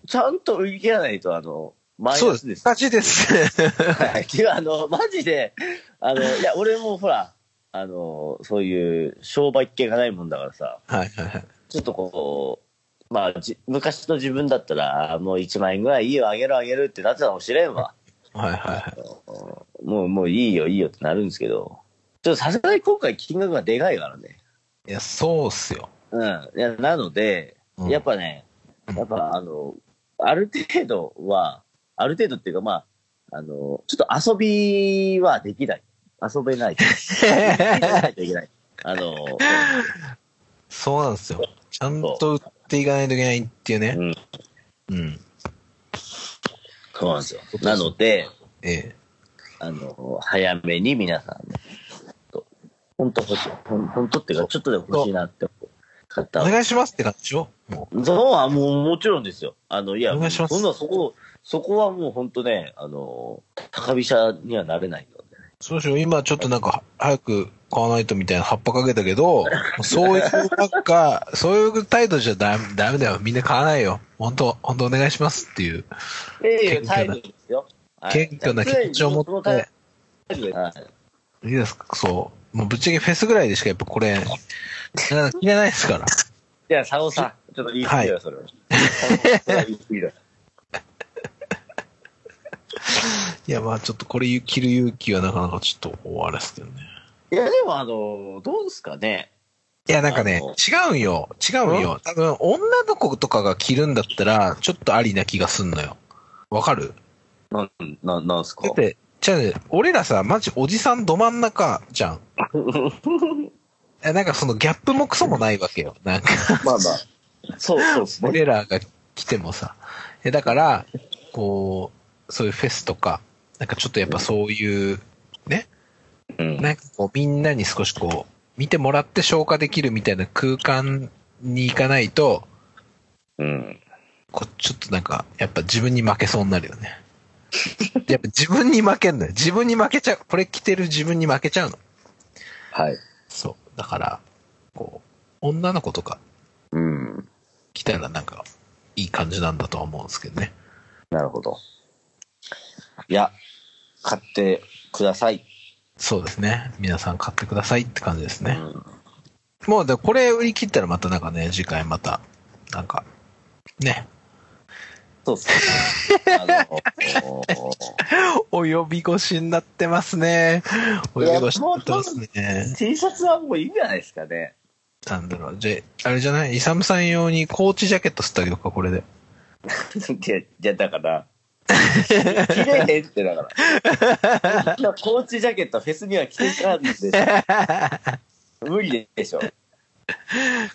Speaker 2: ちゃんと売り切らないと、あの、マイナスです。
Speaker 1: マジです。
Speaker 2: はい。っていう、あの、マジで、あの、いや、俺もほら、あの、そういう商売っ気がないもんだからさ、
Speaker 1: はいはいはい。
Speaker 2: ちょっとこう、まあ、じ昔の自分だったら、あもう1万円ぐらいいいよ、あげるあげるってなってたかもしれんわ。
Speaker 1: はいはいはい。
Speaker 2: もう、もういいよ、いいよってなるんですけど、ちょっとさすがに今回金額がでかいからね。
Speaker 1: いや、そうっすよ。
Speaker 2: うん。いや、なので、
Speaker 1: うん
Speaker 2: やっぱね、やっぱあの、ある程度は、ある程度っていうかまあ、あの、ちょっと遊びはできない。遊べない。遊べないといけない。あの、
Speaker 1: そうなんですよ。ちゃんと売っていかないといけないっていうね
Speaker 2: う。ん、
Speaker 1: うん。
Speaker 2: そうなんですよ。なので、
Speaker 1: ええ。
Speaker 2: あの、早めに皆さんね、本当欲しい。ほん本当っていうか、ちょっとでも欲しいなって方
Speaker 1: お
Speaker 2: は
Speaker 1: 願いしますって感じでしょも
Speaker 2: そうはもうもちろんですよ。あの、いや、
Speaker 1: お願いします
Speaker 2: そんなそこ、そこはもう本当ね、あの、高飛車にはなれないので、
Speaker 1: う。そうしよう。今ちょっとなんか、早く買わないとみたいな葉っぱかけたけど、そういうなんか、 そういう態度じゃダメダメだよ。みんな買わないよ。本当本当お願いしますっていう。
Speaker 2: ね。って
Speaker 1: 謙虚な
Speaker 2: いう態度ですよ。はい
Speaker 1: 謙虚な気持ちを持
Speaker 2: 常にその
Speaker 1: って
Speaker 2: 態。度ではい
Speaker 1: いですか、そう。もうぶっちゃけフェスぐらいでしかやっぱこ れ、な着れないですから。
Speaker 2: いや、佐野さん、ちょっと言い過ぎだ
Speaker 1: は
Speaker 2: よ、それは。佐野さんそれは言い過 ぎだよ。
Speaker 1: いや、まあちょっとこれ着る勇気はなかなかちょっと終わらせてるね。
Speaker 2: いや、でもあの、どうですかね。
Speaker 1: いや、なんかね
Speaker 2: あの、
Speaker 1: 違うんよ。違うんよ。多分、女の子とかが着るんだったら、ちょっとありな気がすんのよ。わかる
Speaker 2: なん、ななんすか
Speaker 1: だって、じゃあね、俺らさ、マジおじさんど真ん中じ ゃん。えなんかそのギャップもクソもないわけよ。なんか、
Speaker 2: まあまあ。そうそうですね。
Speaker 1: 俺らが来てもさ。え、だから、こう、そういうフェスとか、なんかちょっとやっぱそういう、
Speaker 2: うん
Speaker 1: なんかこうみんなに少しこう、見てもらって消化できるみたいな空間に行かないと、
Speaker 2: うん。
Speaker 1: こうちょっとなんか、やっぱ自分に負けそうになるよね。やっぱ自分に負けんのよ。自分に負けちゃう。これ着てる自分に負けちゃうの。
Speaker 2: はい。
Speaker 1: そう。だから、こう、女の子とか
Speaker 2: うん。
Speaker 1: 着たらなんか、いい感じなんだとは思うんですけどね。
Speaker 2: なるほど。いや、買ってください。
Speaker 1: そうですね。皆さん買ってくださいって感じです
Speaker 2: う
Speaker 1: ね。
Speaker 2: ん、
Speaker 1: もう、で、これ売り切ったらまたなんかね、次回また、なんか、ね、
Speaker 2: そうっすね。あの
Speaker 1: お呼び越しになってますね。お呼び越しになってますね。
Speaker 2: T シャツはもういいんじゃないですかね。
Speaker 1: なんだろう、じゃ、あれじゃないイサムさん用にコーチジャケット吸ってあげようか、こ れで。
Speaker 2: いや、いやだから、着れへんってだから。こんなコーチジャケットフェスには着ていかんでしょ。無理でしょ。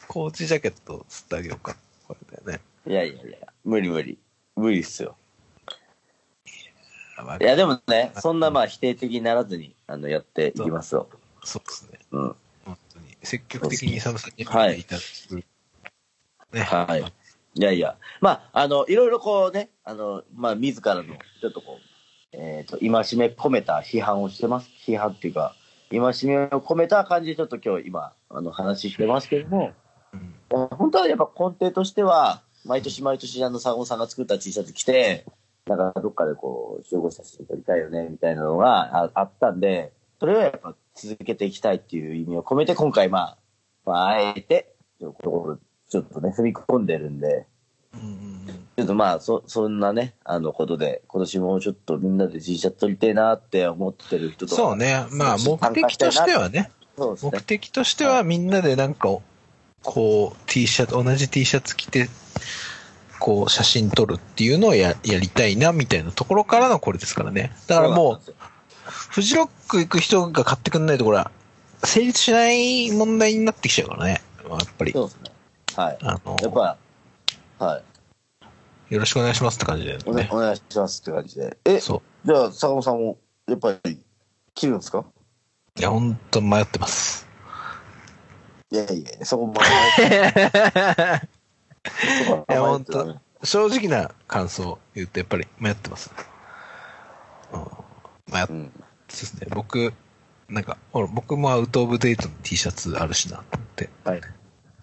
Speaker 1: コーチジャケット吸ってあげようか。これだよね。
Speaker 2: いやいやいや、無理無理。無理っすよ。
Speaker 1: あまあ
Speaker 2: いや、でもね、そんなまあ否定的にならずに、あの、やっていきますよ。
Speaker 1: そうですね。
Speaker 2: うん。
Speaker 1: 本当に。積極的にイサムさんに
Speaker 2: はい
Speaker 1: いただく。ね。
Speaker 2: はい。いやいや、まあ、あの、いろいろこうね、あの、まあ、自らの、ちょっとこう、えっ、と、戒め込めた批判をしてます。批判っていうか、戒めを込めた感じで、ちょっと今日、今、あの、話してますけども、
Speaker 1: うん
Speaker 2: 本当はやっぱ根底としては、毎年毎年、あの、サゴンさんが作った T シャツ着て、なんかどっかでこう、集合写真撮りたいよね、みたいなのがああったんで、それはやっぱ続けていきたいっていう意味を込めて、今回まあ、まあ、あえて、ちょっとちょっとね、踏み込んでるんで、
Speaker 1: うんうんうん
Speaker 2: ちょっとまあ、そ、そんなね、あのことで、今年もちょっとみんなで T シャツ撮りてえなって思ってる人とか。
Speaker 1: そう。ね。まあ、
Speaker 2: そう
Speaker 1: 目的としてはね、
Speaker 2: そうですね
Speaker 1: 目。的としてはみんなでなんか、こう、T シャツ、同じ T シャツ着て、こう、写真撮るっていうのをややりたいな、みたいなところからのこれですからね。だからもう、
Speaker 2: そうなんですよ
Speaker 1: フジロック行く人が買ってくんないと、これ、成立しない問題になってきちゃうからね。やっぱり。
Speaker 2: そうですね。はい。
Speaker 1: あの、
Speaker 2: やっぱ、はい。
Speaker 1: よろしくお願いしますって感じだよ
Speaker 2: お,、ね
Speaker 1: ね、
Speaker 2: お。願いしますって感じで。え、
Speaker 1: そ
Speaker 2: じゃあ、坂本さんも、やっぱり、切るんですか
Speaker 1: う。いや、ほんと迷ってます。
Speaker 2: いや いや、そこも、
Speaker 1: いやほんと正直な感想を言うと、やっぱり迷ってます。うん、迷っ
Speaker 2: うん。
Speaker 1: そうですね。僕、なんか、ほら僕もアウトオブデートの T シャツあるしなと思って、
Speaker 2: はい。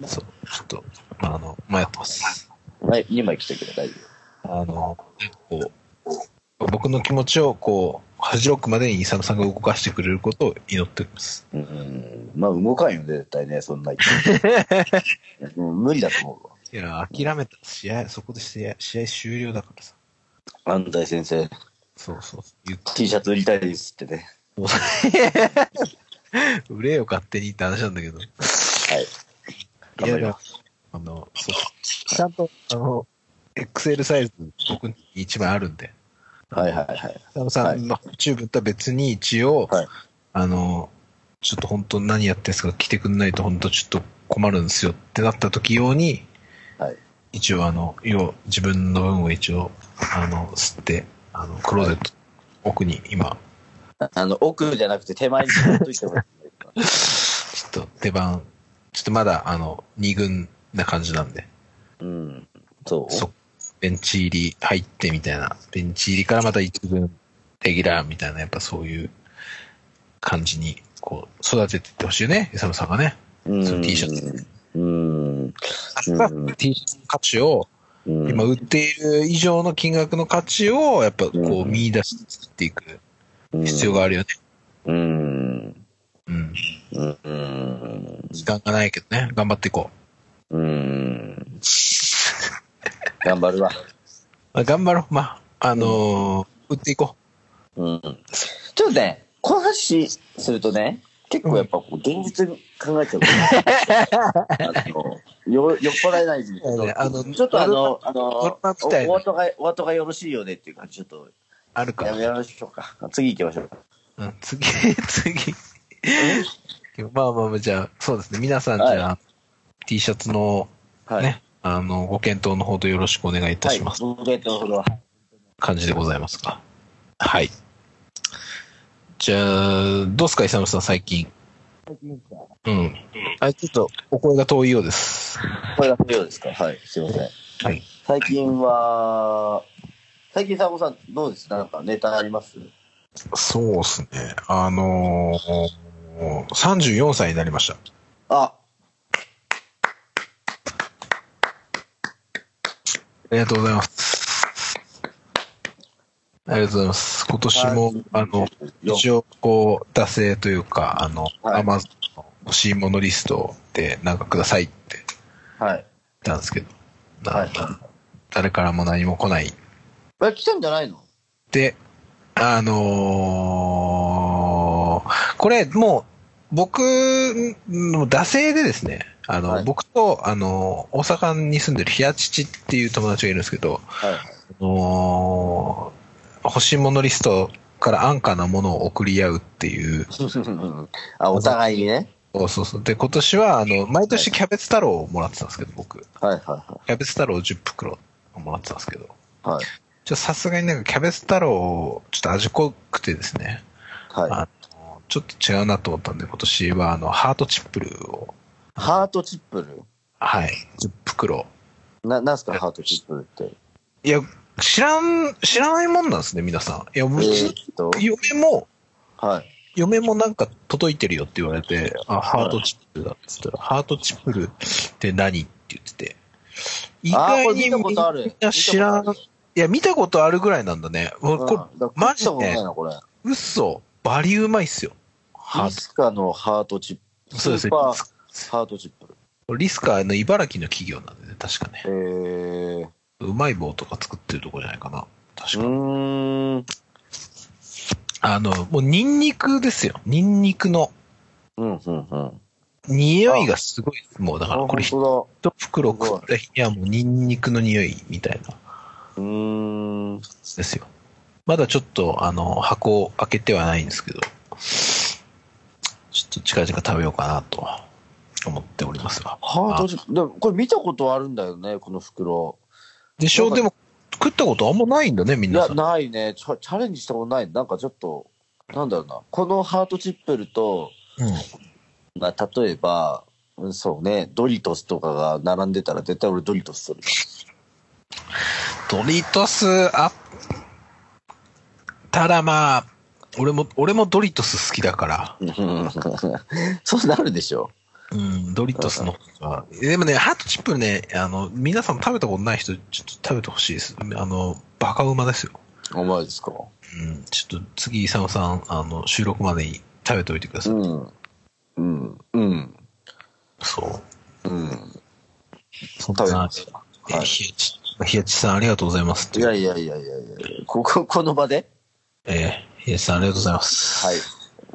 Speaker 1: そう、ちょっと、まあ、あの、迷ってます。
Speaker 2: はい、2枚来てくれ、大丈
Speaker 1: あの、こう、僕の気持ちを、こう、フジロックまでにイサムさんが動かしてくれることを祈っております。
Speaker 2: 夫。うん。まあ、動かんよね、絶対ね、そんな 言ってうん無理だと思うわ。
Speaker 1: いや、諦めた。試合、そこで試合、試合終了だからさ。
Speaker 2: 安西先生、
Speaker 1: そうそう。言っ
Speaker 2: T シャツ売りたいですってね。
Speaker 1: て、売れよ、勝手にって話なんだけど。
Speaker 2: はい。
Speaker 1: い
Speaker 2: 頑
Speaker 1: や
Speaker 2: 張ります。
Speaker 1: あの、そうそう。ちゃんと、あの、XL サイズ、僕に1枚あるんで。
Speaker 2: はいはいはい。
Speaker 1: 佐野さ
Speaker 2: は
Speaker 1: ん
Speaker 2: い
Speaker 1: の YouTube とは別に一応、
Speaker 2: はい
Speaker 1: あの、ちょっと本当何やってんすか来てくんないと本当ちょっと困るんですよってなった時用に、
Speaker 2: はい
Speaker 1: 一応あの、要、自分の分を一応、あの、吸って、あの、クローゼット、奥に今、
Speaker 2: あの、奥じゃなくて手前に置いといてもらっていいですか
Speaker 1: ちょっと出番、ちょっとまだあの、二軍な感じなんで、
Speaker 2: うん。そう。
Speaker 1: そベンチ入り入ってみたいな、ベンチ入りからまた一軍、レギュラーみたいな、やっぱそういう感じに、こう、育てていってほしいよね、イサムさんがね。
Speaker 2: うん
Speaker 1: その T シャツ。
Speaker 2: うん。うん
Speaker 1: T シャツの価値を、
Speaker 2: うん
Speaker 1: 今売っている以上の金額の価値を、やっぱこう
Speaker 2: うん
Speaker 1: 見出して作っていく必要があるよね。
Speaker 2: うん。
Speaker 1: うん。
Speaker 2: うん。うん
Speaker 1: 時間がないけどね、頑張っていこう。
Speaker 2: うん。頑張るわ。
Speaker 1: まあ、頑張ろう。まあ、あのー売っていこ
Speaker 2: うん。ちょっとね、この話するとね、結構やっぱこう現実考えちゃうから。あのよ酔っ払えないんで
Speaker 1: そうねあの
Speaker 2: ちょっとあの、あの、
Speaker 1: 俺
Speaker 2: お
Speaker 1: らみたいな
Speaker 2: お後が、お後がよろしいよねっていう感じ、ちょっと
Speaker 1: う。あるか
Speaker 2: や
Speaker 1: ら。
Speaker 2: めましょうか。次行きましょう。
Speaker 1: うん、次、 次。まあまあまあ、じゃあ、そうですね。皆さん、じ
Speaker 2: はい
Speaker 1: ゃあ、T シャツの
Speaker 2: はい。
Speaker 1: ね、あの、ご検討のほどよろしくお願いいたします。
Speaker 2: はい、僕がやってますわ
Speaker 1: 感じでございますか。はい。じゃあ、どうっすか、イサムさん、最近。うん。あ、ちょっと、お声が遠いようです。
Speaker 2: これが不要ですかはい、すいません。
Speaker 1: はい。
Speaker 2: 最近は、最近、サボさん、どうですなんかネタあります
Speaker 1: そうですね。あのー、34歳になりました。
Speaker 2: あ
Speaker 1: りがとうございます。ありがとうございます。今年も、あの、一応、こう、惰性というか、あの、
Speaker 2: は
Speaker 1: ア
Speaker 2: い
Speaker 1: マゾンの欲しいものリストでなんかくださいって言
Speaker 2: はい。
Speaker 1: ったんですけど、な
Speaker 2: はい
Speaker 1: 誰からも何も来ない
Speaker 2: え、来たんじゃないの
Speaker 1: で、あのーこれもう、僕の惰性でですね、あの、
Speaker 2: はい
Speaker 1: 僕と、あの、大阪に住んでるヒヤチチっていう友達がいるんですけど、
Speaker 2: はい。
Speaker 1: あのー欲しいものリストから安価なものを送り合うっていう、
Speaker 2: あ、お互いにね。
Speaker 1: そうそうそう。で、今年は、あの、毎年キャベツ太郎をもらってたんですけど、僕。
Speaker 2: はいは
Speaker 1: キャベツ太郎10袋をもらってたんですけど、
Speaker 2: いはい。
Speaker 1: ちょっとさすがになんかキャベツ太郎、ちょっと味濃くてですね、
Speaker 2: はい。はい。
Speaker 1: あのちょっと違うなと思ったんで、今年はあのハートチップルを、
Speaker 2: ハートチップル
Speaker 1: はい、10袋。
Speaker 2: な、なんすか、ハートチップルって。
Speaker 1: いや、知らん、知らないもんなんですね、皆さん。いや、うち
Speaker 2: えーっと、
Speaker 1: 嫁も、
Speaker 2: はい。
Speaker 1: 嫁もなんか届いてるよって言われて、あ、ハートチップルだって言ったら、ハートチップルって何って言ってて。意
Speaker 2: あー、こ
Speaker 1: 外
Speaker 2: れ
Speaker 1: に
Speaker 2: 見たことある。
Speaker 1: みんな知らん。いや、見たことあるぐらいなんだね。
Speaker 2: 見
Speaker 1: 俺
Speaker 2: たことある。
Speaker 1: こ
Speaker 2: うんだから
Speaker 1: マ
Speaker 2: 食っ
Speaker 1: ジ
Speaker 2: た
Speaker 1: で
Speaker 2: ことないな、これ。
Speaker 1: れ、嘘。バリうまいっすよ。ハ
Speaker 2: リ
Speaker 1: ー
Speaker 2: スカのハートチップ
Speaker 1: ト。
Speaker 2: ル。
Speaker 1: そうです
Speaker 2: スー
Speaker 1: ね。
Speaker 2: パーハートチップ
Speaker 1: リスカーの茨城の企業なんでね、確かね。
Speaker 2: ル。えー、
Speaker 1: うまい棒とか作ってるとこじゃないかな。確
Speaker 2: う
Speaker 1: か。
Speaker 2: ーん。
Speaker 1: あの、もうニンニクですよ。ニンニクの
Speaker 2: うん、うん、うん。
Speaker 1: 匂いがすごい。もうだからこれ
Speaker 2: あ
Speaker 1: 一
Speaker 2: 本
Speaker 1: 袋食った日にはもうニンニクの匂いみたいな
Speaker 2: 当だ。うーん。
Speaker 1: ですよ。まだちょっとあの、箱を開けてはないんですけど、ちょっと近々食べようかなと思っておりますが。
Speaker 2: ハート
Speaker 1: あ
Speaker 2: チップル。でもこれ見たことあるんだよね、この袋。
Speaker 1: でしょ
Speaker 2: なんか
Speaker 1: でも食ったことあんまないんだね、みん
Speaker 2: い
Speaker 1: な
Speaker 2: や、
Speaker 1: さん。
Speaker 2: ないね。チャチャレンジしたことない。なんかちょっと、なんだろうな。このハートチップルと、
Speaker 1: うん
Speaker 2: まあ、例えば、うんそうね、ドリトスとかが並んでたら絶対俺ドリトスする
Speaker 1: ドリトスあったらまあ、俺も、俺もドリトス好きだから。
Speaker 2: な。 そうなるでしょ。
Speaker 1: うん、ドリトスの方が。でもね、ハートチップルね、あの、皆さん食べたことない人、ちょっと食べてほしいです。あの、バカうまですよ。
Speaker 2: お前ですか。
Speaker 1: うん、ちょっと次、イサムさん、あの、収録までに食べておいてくだ
Speaker 2: う
Speaker 1: さい。
Speaker 2: ん。うん。うん。
Speaker 1: そう。
Speaker 2: うん。
Speaker 1: そん
Speaker 2: 食べ
Speaker 1: な
Speaker 2: ま、した。
Speaker 1: え
Speaker 2: はい
Speaker 1: ひやち、ひやちさんありがとうございますって
Speaker 2: いやいやいやいやいやここ、この場で
Speaker 1: えー、ひやちさんありがとうございます。
Speaker 2: はい。。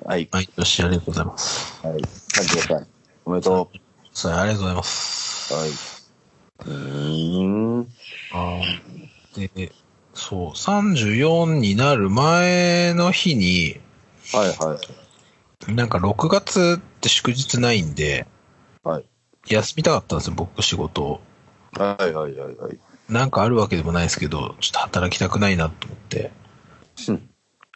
Speaker 2: はい。
Speaker 1: 毎年ありがとうございます。
Speaker 2: はい。感じさん。おめでと
Speaker 1: それありがとうございます。
Speaker 2: う。はい。うーん。
Speaker 1: あーで、そう、34になる前の日に、
Speaker 2: はいはい。
Speaker 1: なんか6月って祝日ないんで、
Speaker 2: はい
Speaker 1: 休みたかったんですよ、僕仕事。
Speaker 2: はいはいはいはい。
Speaker 1: なんかあるわけでもないですけど、ちょっと働きたくないなと思って、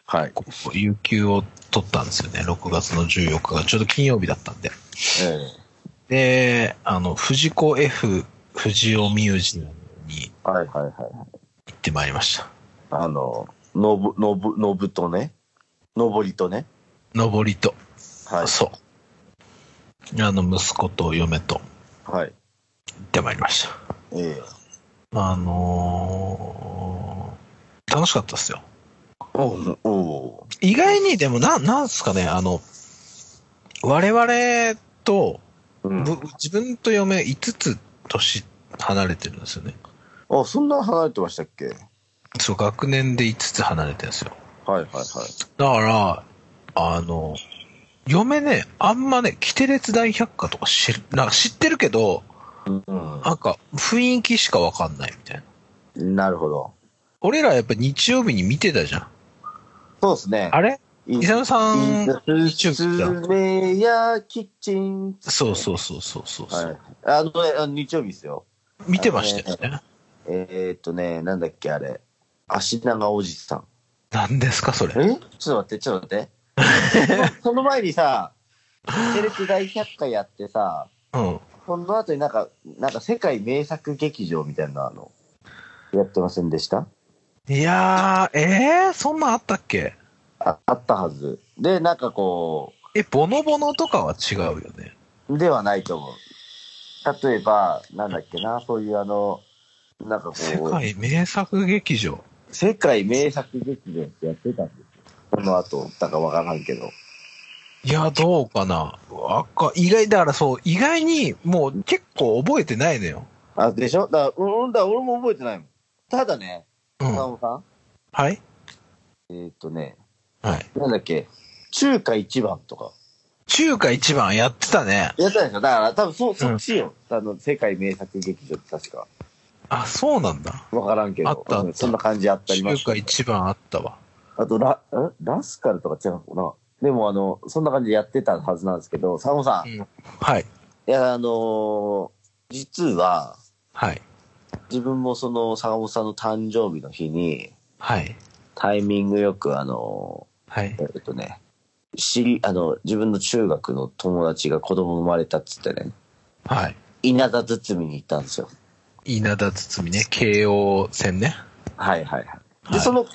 Speaker 2: はい。
Speaker 1: こう有給を取ったんですよね、6月の14日が、ちょうど金曜日だったんで。
Speaker 2: え
Speaker 1: で、あの、藤子 F 藤尾ミュージアムに
Speaker 2: えはいはいはい。
Speaker 1: 行ってまいりました。
Speaker 2: あの、のぶ、のぶ、のぶとね。のぼりとね。
Speaker 1: 登りと、
Speaker 2: はい。
Speaker 1: そう。あの、息子と嫁と
Speaker 2: は
Speaker 1: 行
Speaker 2: い。
Speaker 1: ってまいりました。
Speaker 2: ええ
Speaker 1: あのー楽しかったですよ。
Speaker 2: おうおう
Speaker 1: 意外に、でも、な、なんすかね、あの、我々と、
Speaker 2: うん
Speaker 1: ぶ自分と嫁5つ年離れてるんですよね。
Speaker 2: あ、そんな離れてましたっけはい
Speaker 1: そう、学年で5つ離れてるんですよ。
Speaker 2: はいはい。
Speaker 1: だから、あの、嫁ね、あんまね、キテレツ大百科とか知る、なんか知ってるけど、
Speaker 2: うん
Speaker 1: なんか雰囲気しかわかんないみたいな。
Speaker 2: なるほど。
Speaker 1: 俺らやっぱ日曜日に見てたじゃん。
Speaker 2: そうですね。
Speaker 1: あれ
Speaker 2: い
Speaker 1: 伊沢さん
Speaker 2: い
Speaker 1: チューブじゃん
Speaker 2: スメやキッチン。
Speaker 1: そうそうそうそうそうそう、
Speaker 2: はい。あの、あの日曜日ですよ。
Speaker 1: 見てましたよね。
Speaker 2: えー、っとね、なんだっけ、あれ。足長おじさん。
Speaker 1: 何ですか、それ。
Speaker 2: えちょっと待って、ちょっと待って。 そのその前にさ、テレビ大百科やってさ、
Speaker 1: うん。
Speaker 2: その後になんか、なんか世界名作劇場みたいなあの、やってませんでした
Speaker 1: いやー、えー、そんなんあったっけ
Speaker 2: ああったはず。で、なんかこ
Speaker 1: え、ボノボノとかは違うよね。
Speaker 2: う、ではないと思う。例えば、なんだっけな、そういうあの、なんかこう、
Speaker 1: 世界名作劇場。
Speaker 2: 世界名作劇場ってやってたんですよ。この後、だかわからんけど。
Speaker 1: いや、どうかな。わか、意外、だからそう、意外にもう結構覚えてないのよ。
Speaker 2: あ、でしょだから、うん、だから俺も覚えてないもん。ただね、
Speaker 1: うん。
Speaker 2: 坂
Speaker 1: は
Speaker 2: 本さん、
Speaker 1: い
Speaker 2: えーっとね、
Speaker 1: はい。
Speaker 2: なんだっけ、中華一番とか。
Speaker 1: 中華一番やってたね。
Speaker 2: やったでしょだから多分そ、
Speaker 1: う
Speaker 2: そっ
Speaker 1: ん
Speaker 2: ちよ。あの、世界名作劇場って確か。
Speaker 1: あ、そうなんだ。
Speaker 2: わからんけど。
Speaker 1: あったあった
Speaker 2: うんそんな感じあったり
Speaker 1: 中
Speaker 2: ました
Speaker 1: 華。一番あったわ。
Speaker 2: あとラ、んラスカルとか違うのかなでもあの、そんな感じでやってたはずなんですけど、坂本さん、
Speaker 1: う
Speaker 2: い
Speaker 1: ん。はい。
Speaker 2: や、あのー実は、
Speaker 1: はい。
Speaker 2: 自分もその坂本さんの誕生日の日に、
Speaker 1: はい。
Speaker 2: タイミングよくあの
Speaker 1: はい
Speaker 2: ー、。えっとね、知り、あの、自分の中学の友達が子供生まれたっつってね、
Speaker 1: はい。
Speaker 2: 稲田堤に行ったんですよ。
Speaker 1: 稲田堤ね、慶応戦ね。
Speaker 2: はいはいはい。で、
Speaker 1: はい
Speaker 2: その、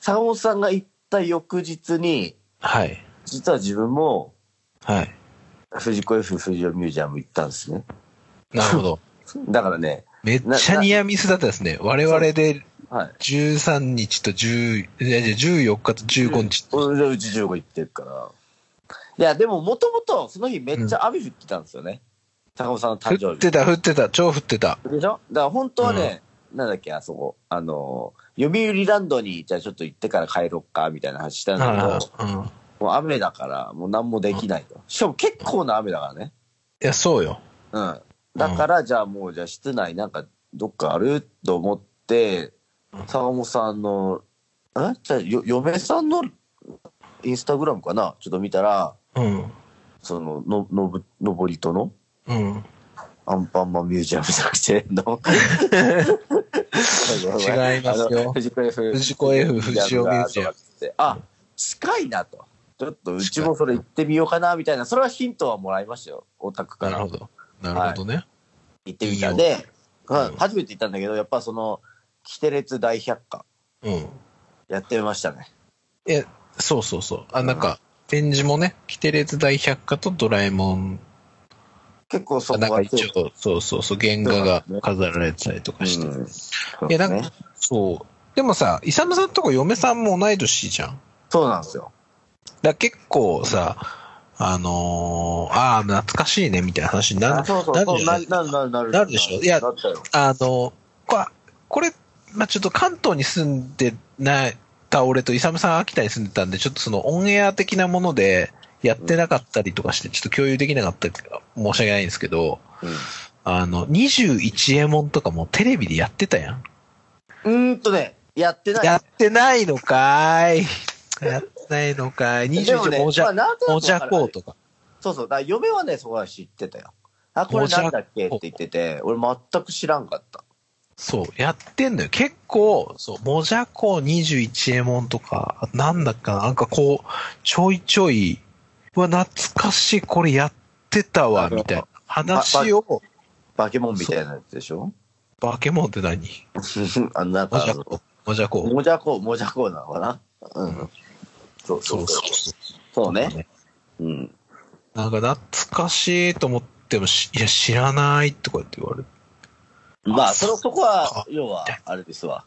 Speaker 2: 坂本さんが行った翌日に、
Speaker 1: はい。
Speaker 2: 実は自分も、
Speaker 1: はい。
Speaker 2: 藤子 F 不二雄ミュージアム行ったんですね。
Speaker 1: なるほ ど。
Speaker 2: だからね、
Speaker 1: めっちゃニアミスだったですね。我々で
Speaker 2: はい。
Speaker 1: 13日と10、いやいや14日と15日と。
Speaker 2: 俺うち15行ってるから。いや、でももともとその日めっちゃ雨降ってたんですよね。坂本さんの誕
Speaker 1: 降
Speaker 2: 生
Speaker 1: って
Speaker 2: 日。
Speaker 1: た、降ってた、超降ってた。
Speaker 2: でしょだから本当はね、なんだっけ、あそこ、あのー、読売ランドに、じゃあちょっと行ってから帰ろっか、みたいな話したんだけ
Speaker 1: あ
Speaker 2: ど、
Speaker 1: あ、うん。い
Speaker 2: もう雨だから、もう何もできないと。しかも結構な雨だからね。
Speaker 1: や、そうよ。
Speaker 2: うん。だから、じゃあもう、じゃあ室内なんかどっかあると思って、坂本さんの、えじゃあよ嫁さんのインスタグラムかなちょっと見たら、
Speaker 1: うん。
Speaker 2: その、の、のぶ、のぼりとの
Speaker 1: うん。
Speaker 2: アンパンマンミュージアムじゃなくて、の。
Speaker 1: 違いますよ
Speaker 2: あの藤子 F。
Speaker 1: 藤子 F 不二雄ミュージアム
Speaker 2: とかっつってあ、近いなと。ちょっとうちもそれ行ってみようかな、みたいな。それはヒントはもらいましたよ。オタクか
Speaker 1: なる
Speaker 2: ら
Speaker 1: ほ。ど。なるほどね。
Speaker 2: 行ってみ
Speaker 1: い
Speaker 2: た。
Speaker 1: いよ
Speaker 2: で、
Speaker 1: うん
Speaker 2: 初めて行ったんだけど、やっぱその、キテレツ大百科、
Speaker 1: うん。
Speaker 2: やってみましたね。
Speaker 1: え、そうそうそう。あ、なんか、展示もね、キテレツ大百科とドラえもん
Speaker 2: 結構そ
Speaker 1: が、
Speaker 2: こ
Speaker 1: なんか
Speaker 2: が
Speaker 1: 一応、そうそうそう、原画が飾られてたりとかして。
Speaker 2: うん
Speaker 1: いや、なんか、そう。でもさ、イサムさんとこ嫁さんも同い年じゃん。
Speaker 2: そうなんですよ。
Speaker 1: だから結構さ、あのー、ああ、懐かしいね、みたいな話にな
Speaker 2: あ
Speaker 1: る。
Speaker 2: そうそう
Speaker 1: なる
Speaker 2: そう、
Speaker 1: じゃ
Speaker 2: な
Speaker 1: な
Speaker 2: る
Speaker 1: い
Speaker 2: なるなるなる。
Speaker 1: なるでしょいや
Speaker 2: なったよ。
Speaker 1: あのー、これ、これまあ、ちょっと関東に住んでない、た俺とイサムさん秋田に住んでたんで、ちょっとそのオンエア的なものでやってなかったりとかして、ちょっと共有できなかったから申し訳ないんですけど、あの、21エモンとかもテレビでやってたやん。
Speaker 2: うん。うーんとね、やってない。
Speaker 1: やってないのかーい。やってないのかい。
Speaker 2: でも
Speaker 1: 21
Speaker 2: ね
Speaker 1: モジャ、
Speaker 2: まあなんとなく
Speaker 1: モジャコー
Speaker 2: わかる
Speaker 1: とか。
Speaker 2: そうそう、だから嫁はね、そこは知ってたよ。あ、これなんだっけって言ってて、俺全く知らんかった。
Speaker 1: そう、やってんのよ。結構、そう、もじゃこ21エモンとか、なんだっかな、なんかこう、ちょいちょい、うわ、懐かしい、これやってたわ、
Speaker 2: あの
Speaker 1: みたいな話を、
Speaker 2: バケモンみたいなやつでしょ
Speaker 1: バケモンって何
Speaker 2: あの、なん
Speaker 1: も
Speaker 2: か
Speaker 1: じ
Speaker 2: あ
Speaker 1: ゃ
Speaker 2: の、
Speaker 1: こ、もじゃこ。
Speaker 2: もじゃこ、もじゃこなのかなうん。そう
Speaker 1: そ
Speaker 2: そうう
Speaker 1: そ
Speaker 2: そうう。
Speaker 1: そう。
Speaker 2: そうね。。うん。
Speaker 1: なんか懐かしいと思ってもし、いや、知らないとかって言われて。あ
Speaker 2: まあ、その、そこ
Speaker 1: そっ
Speaker 2: は、要は、あれですわ。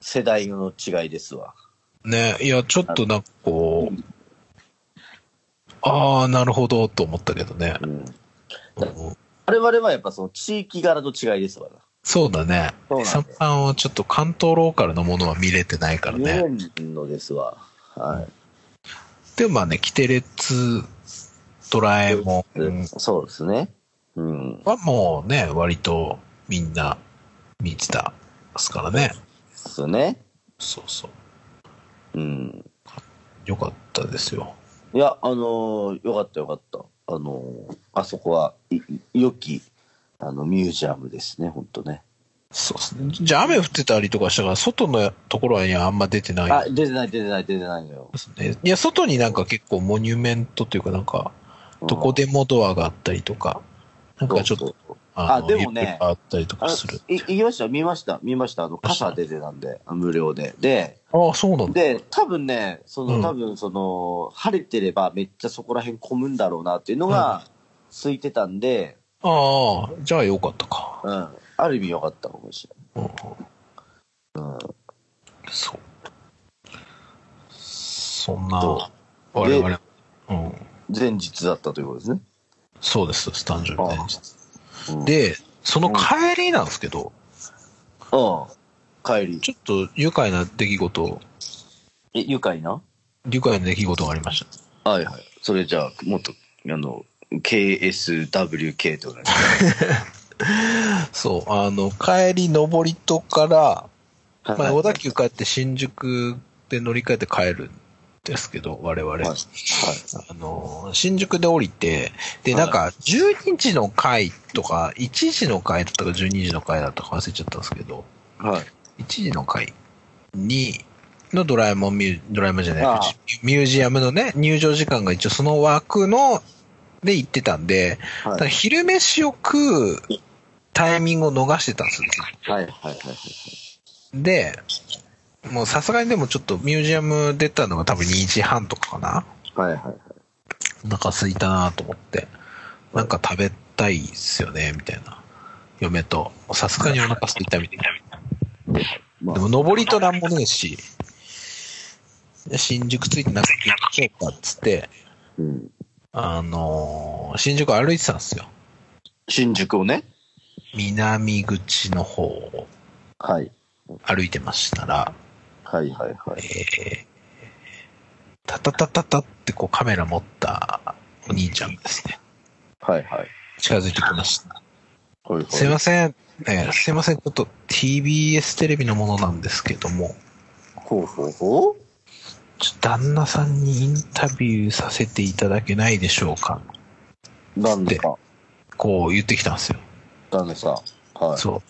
Speaker 2: 世代の違いですわ。
Speaker 1: ね、いや、ちょっとなんかこう、ああ、なるほど、と思ったけどね。
Speaker 2: うん。
Speaker 1: うん
Speaker 2: 我々はやっぱその地域柄の違いですわな。
Speaker 1: そうだね。
Speaker 2: そうなんだ
Speaker 1: サンパンはちょっと関東ローカルのものは見れてないから
Speaker 2: 日
Speaker 1: ね。
Speaker 2: 本のですわ。は
Speaker 1: でもまあね、キテレツ、ドラえも
Speaker 2: い。
Speaker 1: ん
Speaker 2: そうですね。うん。
Speaker 1: はもうね、割とみんな見てたですからね。
Speaker 2: そうね。
Speaker 1: そうそう。
Speaker 2: うん。
Speaker 1: よかったですよ。
Speaker 2: いや、あのーよかったよかった。あのーあそこは、いい良き、あの、ミュージアムですね、ほんとね。
Speaker 1: そうですね。じゃあ雨降ってたりとかしたから、外のところにはあんま出てない
Speaker 2: あ、出てない、出てない、出てないのよ
Speaker 1: で。すね。いや、外になんか結構モニュメントというかなんか、
Speaker 2: うん
Speaker 1: どこでもドアがあったりとか、なんかちょっと、
Speaker 2: あ
Speaker 1: の
Speaker 2: でもね
Speaker 1: ゆっくりあったりと
Speaker 2: あ
Speaker 1: かする。
Speaker 2: い行きました、見ました、見ました。あの、傘出てたんで、無料で。で、
Speaker 1: ああ、そうなんだ。
Speaker 2: で、多分ね、そ
Speaker 1: うん
Speaker 2: の、多分その、晴れてればめっちゃそこら辺混むんだろうなっていうのが、空いてたんで、
Speaker 1: ああ、じゃあよかったか。
Speaker 2: うん。あある意味良かったかもしれ
Speaker 1: うん
Speaker 2: ない。うん。
Speaker 1: そう。そんな、
Speaker 2: そ
Speaker 1: 我
Speaker 2: うで
Speaker 1: 々、うん、
Speaker 2: 前日だったということですね。
Speaker 1: そうです、誕生日前日
Speaker 2: うん、
Speaker 1: で、その帰りなんですけど、
Speaker 2: うん。帰り。
Speaker 1: ちょっと愉快な出来事、
Speaker 2: え、愉快な
Speaker 1: 愉快な出来事がありました。
Speaker 2: はいはい。それじゃあ、もっと、あの、KSWK と同じ。
Speaker 1: そう、あの、帰り、上り戸から、
Speaker 2: はい
Speaker 1: まあ、小田急帰って新宿で乗り換えて帰るんですけど、我々。
Speaker 2: はい。はい。
Speaker 1: あの、新宿で降りて、で、
Speaker 2: はい
Speaker 1: なんか、12時の回とか、1時の回だったか12時の回だったか忘れちゃったんですけど、
Speaker 2: は
Speaker 1: 1
Speaker 2: い。
Speaker 1: 時の回に、のドラえもんミュー、ドラえもんじゃ
Speaker 2: あ
Speaker 1: な
Speaker 2: あ
Speaker 1: い、ミュージアムのね、入場時間が一応その枠の、で行ってたんで、だか
Speaker 2: は
Speaker 1: ら
Speaker 2: い。
Speaker 1: 昼飯を食うタイミングを逃してたんですよ。
Speaker 2: はい。はい。はい。
Speaker 1: で、もうさすがにでもちょっとミュージアム出たのが多分2時半とかかな。
Speaker 2: はい。はい。
Speaker 1: お腹空いたなと思って、なんか食べたいっすよね、みたいな。嫁と、さすがにお腹空いたみたいな。
Speaker 2: まあ
Speaker 1: でも、登りとなんもねえし、で新宿着いてなんか行っちゃうかっつって、
Speaker 2: うん。
Speaker 1: あのー新宿歩いてたんですよ。
Speaker 2: 新宿をね。
Speaker 1: 南口の方を
Speaker 2: はい。
Speaker 1: 歩いてましたら、
Speaker 2: はい。はい。は
Speaker 1: え
Speaker 2: い。
Speaker 1: ー、タタタタタってこうカメラ持ったお兄ちゃんですね。
Speaker 2: はい。はい。
Speaker 1: 近づいてきました。
Speaker 2: ほいほい
Speaker 1: すいません、えーすいません、ちょっと TBS テレビのものなんですけども、
Speaker 2: ほうほうほう。
Speaker 1: ちょっと旦那さんにインタビューさせていただけないでしょうか、
Speaker 2: なんでか。
Speaker 1: こう言ってきたんですよ。
Speaker 2: 旦那さん。は
Speaker 1: そ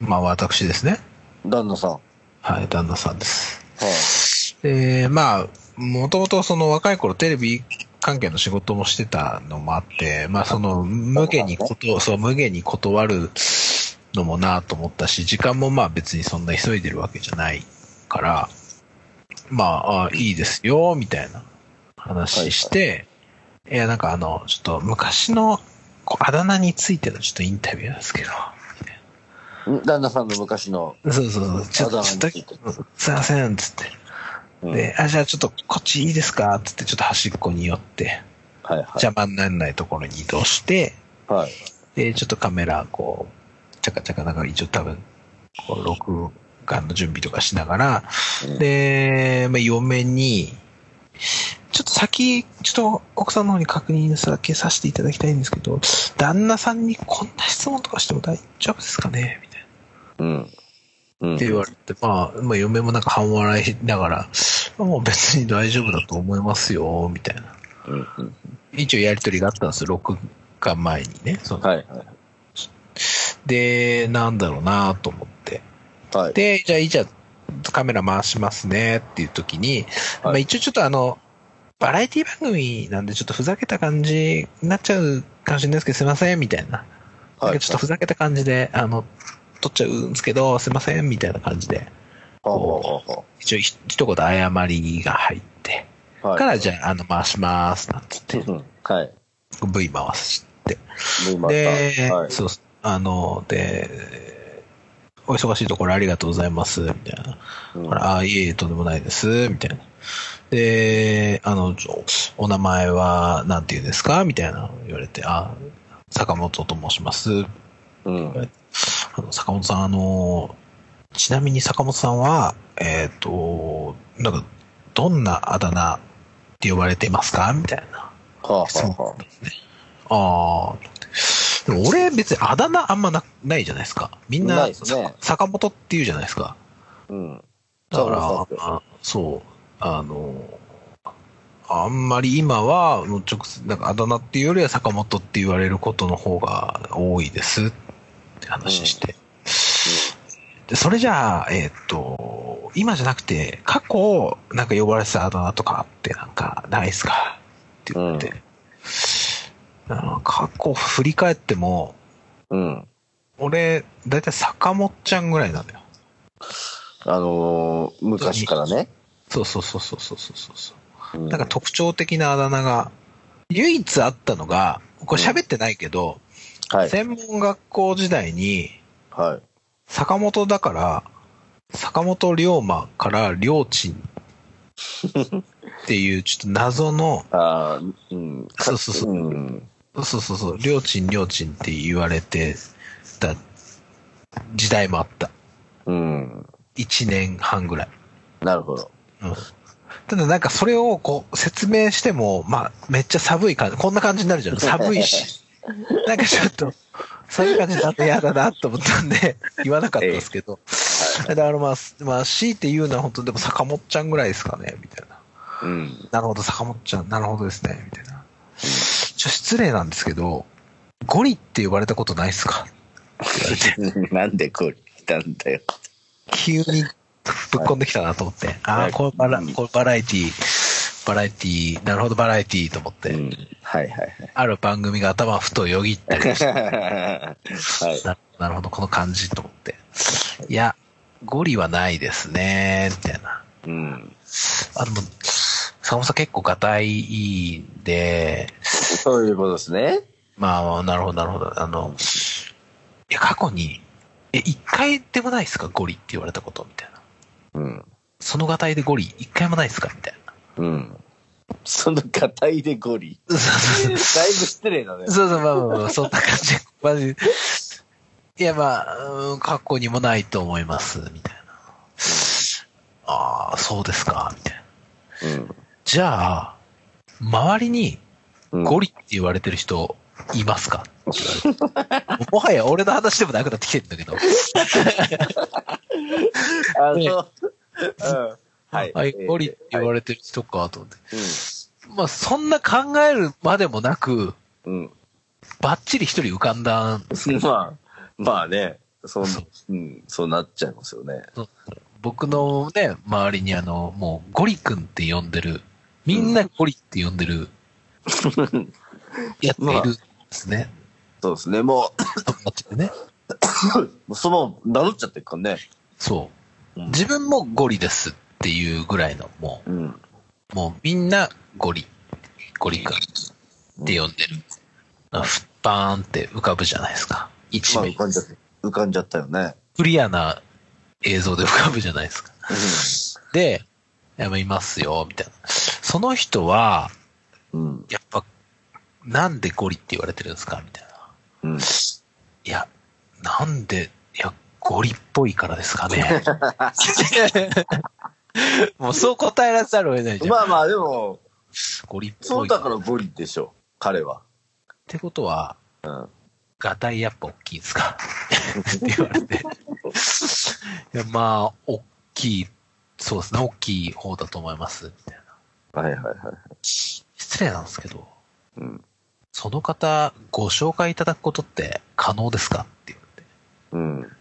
Speaker 1: う。まあ私ですね。
Speaker 2: い。旦那さん。は
Speaker 1: はい、旦那さんです。
Speaker 2: い。
Speaker 1: えー、まあ、もともとその若い頃テレビ関係の仕事もしてたのもあって、まあその無限にこと、そう、無限に断るのもなと思ったし、時間もまあ別にそんな急いでるわけじゃないから、まあ、あいいですよ、みたいな話して、いや、なんかあの、ちょっと昔のこうあだ名についてのちょっとインタビューなんですけど、
Speaker 2: ん旦那さんの昔の。
Speaker 1: そうそうそう、ちょっと、ちょっと
Speaker 2: あだ名について
Speaker 1: うんすいません、つって。
Speaker 2: うん
Speaker 1: で、あ、じゃあちょっとこっちいいですかって言って、ちょっと端っこに寄って、
Speaker 2: はいはい。
Speaker 1: 邪魔にならないところに移動して、
Speaker 2: はい。
Speaker 1: で、ちょっとカメラ、こう、ちゃかちゃかなんか一応多分、こう、録画の準備とかしながら、
Speaker 2: うん
Speaker 1: で、まあ、嫁に、ちょっと先、ちょっと奥さんの方に確認だけさせていただきたいんですけど、旦那さんにこんな質問とかしても大丈夫ですかねみたいな。
Speaker 2: うん。うん
Speaker 1: って言われて、まあ、まあ、嫁もなんか半笑いながら、もう別に大丈夫だと思いますよ、みたいな。
Speaker 2: うんうん
Speaker 1: 一応やりとりがあったんですよ、録画前にね。その
Speaker 2: はいはい。
Speaker 1: で、なんだろうなと思って。
Speaker 2: はい。
Speaker 1: で、じゃあ、いいじゃあカメラ回しますねっていう時に、まあ一応ちょっとあの、バラエティ番組なんでちょっとふざけた感じになっちゃうかもしれないですけど、すいません、みたいな。なん
Speaker 2: は
Speaker 1: か
Speaker 2: い。
Speaker 1: ちょっとふざけた感じで、あの、撮っちゃうんですけど、すいません、みたいな感じで。
Speaker 2: はあはあは
Speaker 1: 一応ひ一言謝りが入って、
Speaker 2: あはい。
Speaker 1: からじゃあ、あの、回します、なんつって、
Speaker 2: うんはい。
Speaker 1: V 回して。
Speaker 2: で、また
Speaker 1: で、
Speaker 2: はい。
Speaker 1: そう、あの、で、お忙しいところありがとうございます、みたいな。
Speaker 2: うん
Speaker 1: ほら、あ、いえいえ、とんでもないです、みたいな。で、あの、ちょお名前は、なんて言うんですかみたいな言われて、あ、坂本と申します。
Speaker 2: うん。
Speaker 1: あの坂本さん、あの、ちなみに坂本さんは、えっ、と、なんか、どんなあだ名って呼ばれてますかみたいな。
Speaker 2: はあは
Speaker 1: 質問
Speaker 2: あは
Speaker 1: ああ。でも俺、別にあだ名あんまなないじゃないですか。みんな、
Speaker 2: ないですね
Speaker 1: 坂本って言うじゃないですか。
Speaker 2: あ。うん。
Speaker 1: だか
Speaker 2: そうそう
Speaker 1: ら、あそう、あの、あんまり今は、もう直接、なんかあだ名っていうよりは坂本って言われることの方が多いですって話して。でそれじゃあ、えーっと、今じゃなくて、過去、なんか呼ばれてたあだ名とかってなんかないですかって言って、あの過去振り返っても、
Speaker 2: うん。
Speaker 1: 俺、だいたい坂本ちゃんぐらいなんだよ。
Speaker 2: あのー、昔からね。
Speaker 1: そうそうそうそうそうそうそう。
Speaker 2: うん
Speaker 1: なんか特徴的なあだ名が、唯一あったのが、これ喋ってないけど、
Speaker 2: はい。
Speaker 1: 専門学校時代に、
Speaker 2: はい。
Speaker 1: 坂本だから、坂本龍馬から龍鎮っていうちょっと謎の、
Speaker 2: ああ、うん。
Speaker 1: そうそうそう
Speaker 2: うん。
Speaker 1: そうそうそうそう、りょうちんりょうちんって言われてた時代もあった。
Speaker 2: うん。
Speaker 1: 1年半ぐらい。
Speaker 2: なるほど。
Speaker 1: うん。ただなんかそれをこう説明しても、まあめっちゃ寒い感じ、こんな感じになるじゃん。寒いし。なんかちょっと、そういう感じになって嫌だなと思ったんで、言わなかったですけど。だからまあ、まあ強いて言うのは本当でも坂本ちゃんぐらいですかね、みたいな。
Speaker 2: うん。
Speaker 1: なるほど、坂本ちゃん、なるほどですね、みたいな。ちょ、失礼なんですけど、ゴリって呼ばれたことないっすかって言われて
Speaker 2: なんでこう来たんだよ。
Speaker 1: 急にぶっこんできたなと思って、あ
Speaker 2: は
Speaker 1: あ、
Speaker 2: い
Speaker 1: これバラ、
Speaker 2: うん
Speaker 1: これバラエティ、バラエティ、なるほどバラエティと思って、
Speaker 2: うん。はいはい
Speaker 1: ある番組が頭ふとよぎ ったりして、
Speaker 2: はい。はい。
Speaker 1: ななるほど、この感じと思って。いや、ゴリはないですね、みたいな。
Speaker 2: うん。
Speaker 1: あ、でも、坂本さん結構ガタイいいんで、
Speaker 2: そういうことですね。
Speaker 1: まあ、なるほど、なるほど。あの、いや、過去に、え、一回でもないですかゴリって言われたことみたいな。
Speaker 2: うん。
Speaker 1: そのがたいでゴリ、一回もないですかみたい
Speaker 2: うん。その硬いでゴリ。
Speaker 1: な。そう
Speaker 2: だいぶ失礼だね。
Speaker 1: そうそう、まあまあまあ、そんな感じ。マジ。いや、まあ、うん過去にもないと思います、みたいな。ああ、そうですか、みたいな。じゃあ、周りに
Speaker 2: うん。
Speaker 1: ゴ
Speaker 2: リ
Speaker 1: リって言われてる人、いますかって言われてもはや俺の話でもなくなってきてるんだけど。
Speaker 2: あ、
Speaker 1: ね
Speaker 2: そう。うん。はい。
Speaker 1: はい、ゴリっ
Speaker 2: え
Speaker 1: て言われてる人か、と思って。
Speaker 2: ー
Speaker 1: まあ、そんな考えるまでもなく、
Speaker 2: うん。うん。
Speaker 1: ばっちり一人浮かんだんですけど、
Speaker 2: まあ、まあね、そう
Speaker 1: そう、
Speaker 2: うん、そうなっちゃいますよね。
Speaker 1: 僕のね、周りにあの、もうゴリ君って呼んでる、みんなゴリって呼んで る、やってい
Speaker 2: まあ
Speaker 1: るんですね。
Speaker 2: そうですね、も
Speaker 1: 友達でね。
Speaker 2: う、もうそのまま名乗っちゃってるからね。
Speaker 1: そう
Speaker 2: うん。
Speaker 1: 自分もゴリですっていうぐらいの、も
Speaker 2: うん。
Speaker 1: う、もうみんなゴリ、ゴリ君って呼んでる。ふっぱーんって浮かぶじゃないですか。一
Speaker 2: まあ、
Speaker 1: 面
Speaker 2: 浮。かんじゃって、浮かんじゃったよね。
Speaker 1: クリアな映像で浮かぶじゃないですか。で、やめますよ、みたいな。その人は、
Speaker 2: うん。
Speaker 1: やっぱ、なんでゴリって言われてるんですかみたいな。
Speaker 2: うん。
Speaker 1: いや、なんで、いや、ゴリっぽいからですかね。 もうそう答えらざるを得ないじゃん。
Speaker 2: まあまあ、でも、
Speaker 1: ゴリっ
Speaker 2: そ
Speaker 1: ぽ
Speaker 2: う
Speaker 1: い。
Speaker 2: だか
Speaker 1: っ
Speaker 2: らゴリでしょ、彼 は。
Speaker 1: てことは、
Speaker 2: うん。
Speaker 1: ガタイやっぱ大きいんですかって言われて。 いや、まあ、大きい、そうですね、大きい方だと思います。みたいな。
Speaker 2: はいはいはい。
Speaker 1: 失礼なんですけど、
Speaker 2: うん。
Speaker 1: その方、ご紹介いただくことって可能ですかって言われて。
Speaker 2: うん。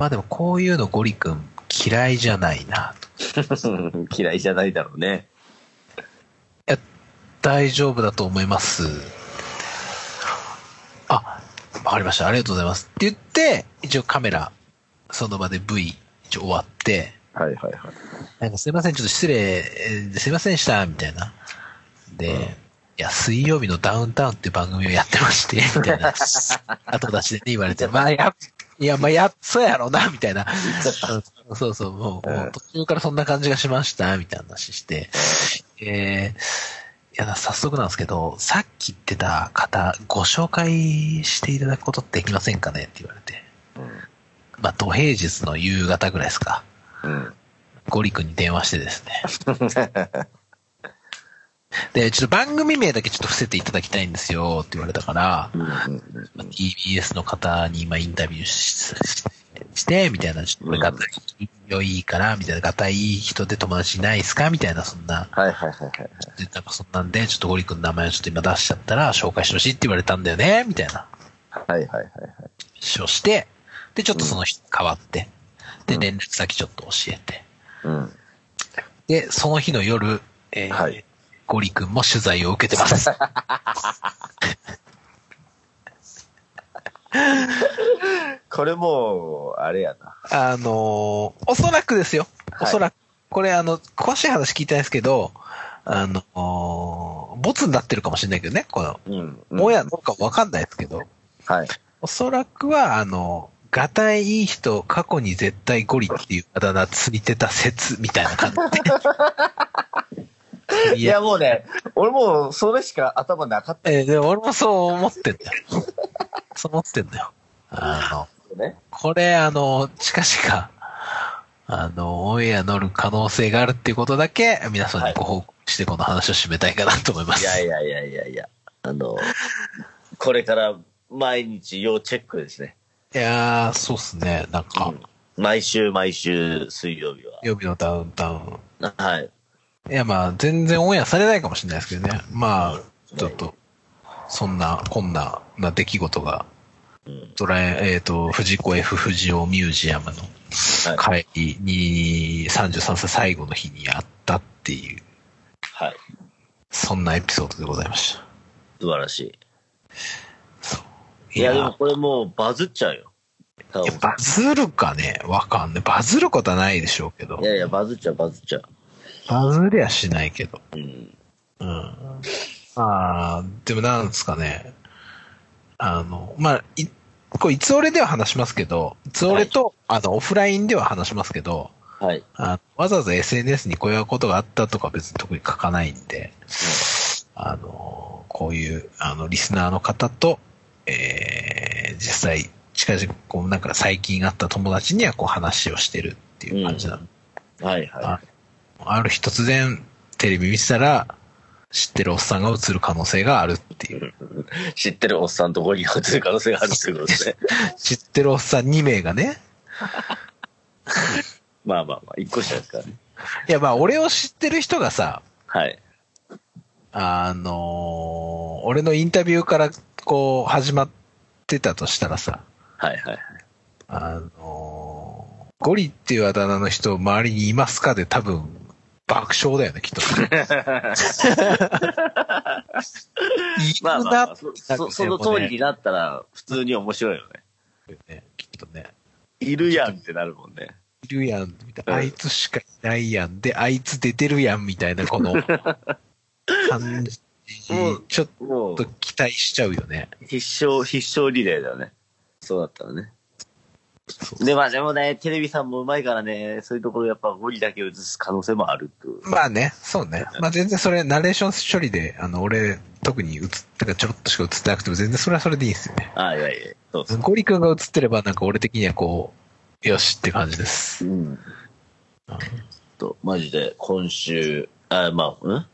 Speaker 1: まあでも、こういうのゴリ君嫌いじゃないな、と。
Speaker 2: 嫌いじゃないだろうね。
Speaker 1: 大丈夫だと思います。あ、わかりました。ありがとうございます。って言って、一応カメラ、その場で V、一応終わって、
Speaker 2: はいはいはい。
Speaker 1: なんかすいません、ちょっと失礼、えーすいませんでした、みたいな。で、
Speaker 2: うん
Speaker 1: いや、水曜日のダウンタウンって番組をやってま して、みたいな。後出しでね、言われて、まあ、や、いや、まあ、や、そうやろうな、みたいな。うんそうそう、もう、
Speaker 2: うん
Speaker 1: もう途中からそんな感じがしました、みたいな話して。えー、いや、早速なんですけど、さっき言ってた方、ご紹介していただくことできませんかねって言われて。まあ、土平日の夕方ぐらいですか。
Speaker 2: うん。
Speaker 1: ゴリ君に電話してですね。で、ちょっと番組名だけちょっと伏せていただきたいんですよって言われたから、
Speaker 2: うん。
Speaker 1: まあ TBS の方に今インタビューししして、みたいな、ちょっと俺がたい良いから、みたいな、がたいい人で友達いないですかみたいな、そんな、
Speaker 2: はいはいはいはい。
Speaker 1: でなんかそんなんで、ちょっとゴリ君の名前をちょっと今出しちゃったら、紹介してほしいって言われたんだよね、みたいな、
Speaker 2: はいはいはいはい。
Speaker 1: 話をして、で、ちょっとその人変わって、で、連絡先ちょっと教えて、
Speaker 2: うん。
Speaker 1: で、その日の夜、えー
Speaker 2: はい
Speaker 1: ゴリ君も取材を受けてます。
Speaker 2: これもう、あれやな。
Speaker 1: あのーおそらくですよ。
Speaker 2: は
Speaker 1: お
Speaker 2: い
Speaker 1: そらく。これ、あの、詳しい話聞いてないですけど、あのーボツになってるかもしれないけどね、この、
Speaker 2: うん。
Speaker 1: もやどうかわかんないですけど、
Speaker 2: はい。
Speaker 1: おそらくは、あの、がたいいい人、過去に絶対ゴリっていうあだ名ついてた説みたいな感 じで。
Speaker 2: いや、もうね、俺もうそれしか頭なかっ
Speaker 1: えーでも俺もそう思ってんだよ。そう思ってんだよ。あの、
Speaker 2: たよね。
Speaker 1: これ、あの、近々、あの、オンエア乗る可能性があるっていうことだけ、皆さんにご報告してこの話を締めたいかなと思いま
Speaker 2: い
Speaker 1: す。
Speaker 2: やいやいやいやいや、あの、これから毎日要チェックですね。
Speaker 1: いやー、そうっすね。なんか、
Speaker 2: 毎週毎週水曜日は。
Speaker 1: 予備のダウンタウン。
Speaker 2: はい。
Speaker 1: いや、まあ、全然オンエアされないかもしれないですけどね。まあ、ちょっと、そんな、こんな、な出来事が、
Speaker 2: うん
Speaker 1: ドラえ、えっ、と、藤子 F 不二雄ミュージアムの会議に、33歳最後の日にあったっていう、
Speaker 2: はい。
Speaker 1: そんなエピソードでございました。
Speaker 2: 素晴らし
Speaker 1: そう
Speaker 2: い。いや、でもこれもうバズっちゃうよ。多
Speaker 1: いや
Speaker 2: 分
Speaker 1: バズるかねわかんない。バズることはないでしょうけど
Speaker 2: い。やいや、バズっちゃう、バズっちゃう。
Speaker 1: バズりゃしないけど。
Speaker 2: うん。
Speaker 1: うん。まあ、でもなんですかね。あの、まあ、い、これいつ俺では話しますけど、いつ俺と、あの、オフラインでは話しますけど、
Speaker 2: はい。
Speaker 1: あのわざわざ SNS にこういうことがあったとか別に特に書かないんで、あの、こういう、あの、リスナーの方と、えー、実際、近々、こう、なんか最近会った友達にはこう話をしてるっていう感じなんで
Speaker 2: はいは
Speaker 1: あある日突然テレビ見てたら知ってるおっさんが映る可能性があるっていう。
Speaker 2: い。知ってるおっさんとゴリが映る可能性があるということですね。
Speaker 1: 知ってるおっさん2名がね。
Speaker 2: まあまあまあ、一個下ですからね。
Speaker 1: いやまあ俺を知ってる人がさ、
Speaker 2: はい。
Speaker 1: あのー俺のインタビューからこう始まってたとしたらさ、
Speaker 2: はいはいはい。
Speaker 1: あのーゴリっていうあだ名の人周りにいますかで多分爆笑だよねきっと。い
Speaker 2: まあ
Speaker 1: る
Speaker 2: まあ、
Speaker 1: な
Speaker 2: ま
Speaker 1: って
Speaker 2: あそ、そその通りになったら、普通に面白いよね。
Speaker 1: ねきっとね。
Speaker 2: いるやんってなるもんね。
Speaker 1: いるやん、みたい
Speaker 2: うん
Speaker 1: な。あいつしかいないやん。で、あいつ出てるやん、みたいな、この、 感じ
Speaker 2: うん。
Speaker 1: ちょっ
Speaker 2: もう
Speaker 1: と、期待しちゃうよね。
Speaker 2: 必勝、必勝リレーだよね。そうだったらね。
Speaker 1: そう
Speaker 2: で、まあでもね、テレビさんもうまいからね、そういうところやっぱゴリだけ映す可能性もあるってこと
Speaker 1: まあね、そうね。まあ全然それ、ナレーション処理で、あの、俺、特に映ってかちょろっとしか映ってなくても、全然それはそれでいいんですよね。
Speaker 2: ああ、いやいや、そうそう。
Speaker 1: ゴリ君が映ってれば、なんか俺的にはこう、よしって感じで
Speaker 2: う
Speaker 1: す。
Speaker 2: ん。と、マジで、今週、あまあ、うん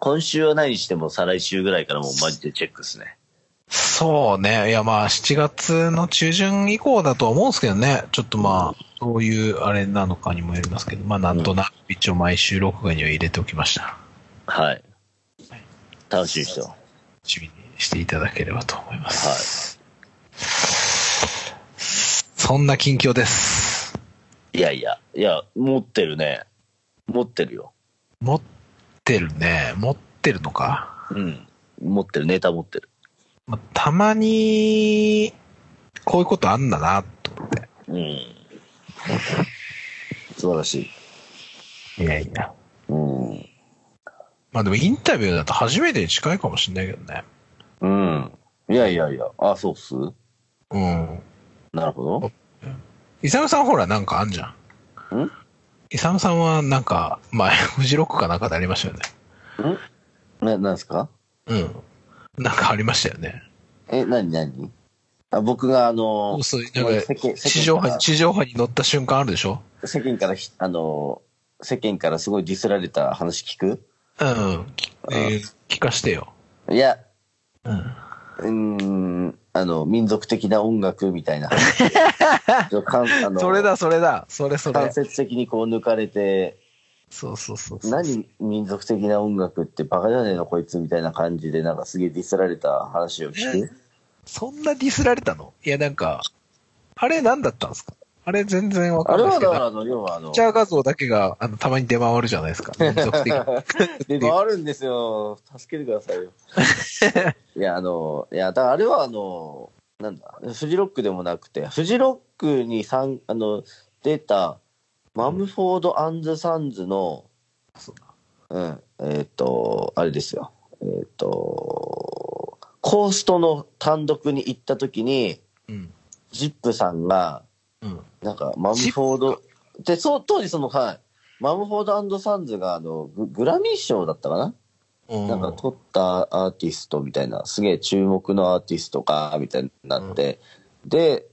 Speaker 2: 今週は何しても再来週ぐらいからもうマジでチェックですね。
Speaker 1: そうね。いやまあ、7月の中旬以降だとは思うんですけどね。ちょっとまあ、どういうあれなのかにもよりますけど、まあなんとなく一応毎週録画には入れておきました。
Speaker 2: はい。楽しい人。
Speaker 1: 楽しみにしていただければと思います。そんな近況です。
Speaker 2: いやいや、いや、持ってるね。持ってるよ。
Speaker 1: 持ってるね。持ってるのか。
Speaker 2: うん。持ってる、ネタ持ってる。
Speaker 1: まあ、たまに、こういうことあんだな、と思って。
Speaker 2: うん。素晴らしい。
Speaker 1: いやいや。
Speaker 2: うん。
Speaker 1: まあでもインタビューだと初めてに近いかもしれないけどね。
Speaker 2: うん。いやいやいや、あ、そうっす
Speaker 1: うん。
Speaker 2: なるほど。
Speaker 1: イサムさんほらなんかあんじゃん。
Speaker 2: ん
Speaker 1: イサムさんはなんか、前、 フジロックかなんかでありましたよね。
Speaker 2: な、なんすか
Speaker 1: うん。なんかありましたよね。
Speaker 2: え、なになにあ、僕があの
Speaker 1: そう、
Speaker 2: も
Speaker 1: なん
Speaker 2: う
Speaker 1: か
Speaker 2: 世間、
Speaker 1: 地上
Speaker 2: 世
Speaker 1: 波
Speaker 2: 間か
Speaker 1: に、
Speaker 2: ら
Speaker 1: 地上波に乗った瞬間あるでしょ
Speaker 2: 世間からひ、あのー、世間からすごいディスられた話聞く
Speaker 1: うん。き
Speaker 2: あ
Speaker 1: えー聞かしてよ。
Speaker 2: いや、
Speaker 1: うん。
Speaker 2: うーん、あの、民族的な音楽みたいな話。 ちょっとかんあの
Speaker 1: それだ、それだ。それそれ
Speaker 2: 間。接的にこう抜かれて、
Speaker 1: そうそうそうそう。
Speaker 2: 何民族的な音楽ってバカじゃねえのこいつみたいな感じで、なんかすげえディスられた話を聞く。
Speaker 1: そんなディスられたのいや、なんか、あれ何だったんですかあれ全然わか
Speaker 2: あ
Speaker 1: んな
Speaker 2: れ
Speaker 1: いです
Speaker 2: は
Speaker 1: け
Speaker 2: だ
Speaker 1: ど。
Speaker 2: か
Speaker 1: ピ
Speaker 2: ら、あの、要はあの
Speaker 1: クチ、ャー画像だけが、あの、たまに出回るじゃない ですか。民族的に
Speaker 2: で、回るんですよ。助けてくださいよ。 いや、あの、いや、だからあれはあの、なんだ、フジロックでもなくて、フジロックにさんあの、出た、マムフォード・アンズ・サンズの、
Speaker 1: そうだ
Speaker 2: うん、えっ、と、あれですよ。えっ、と、コーストの単独に行った時に、
Speaker 1: うん。
Speaker 2: ジップさんが、
Speaker 1: うん。
Speaker 2: なんか、マムフォード、で、そう、当時その、はい、マムフォードサンズが、あの、ググラミー賞だったかな、
Speaker 1: うん。
Speaker 2: なんか、取ったアーティストみたいな、すげえ注目のアーティストか、みたいになって、で、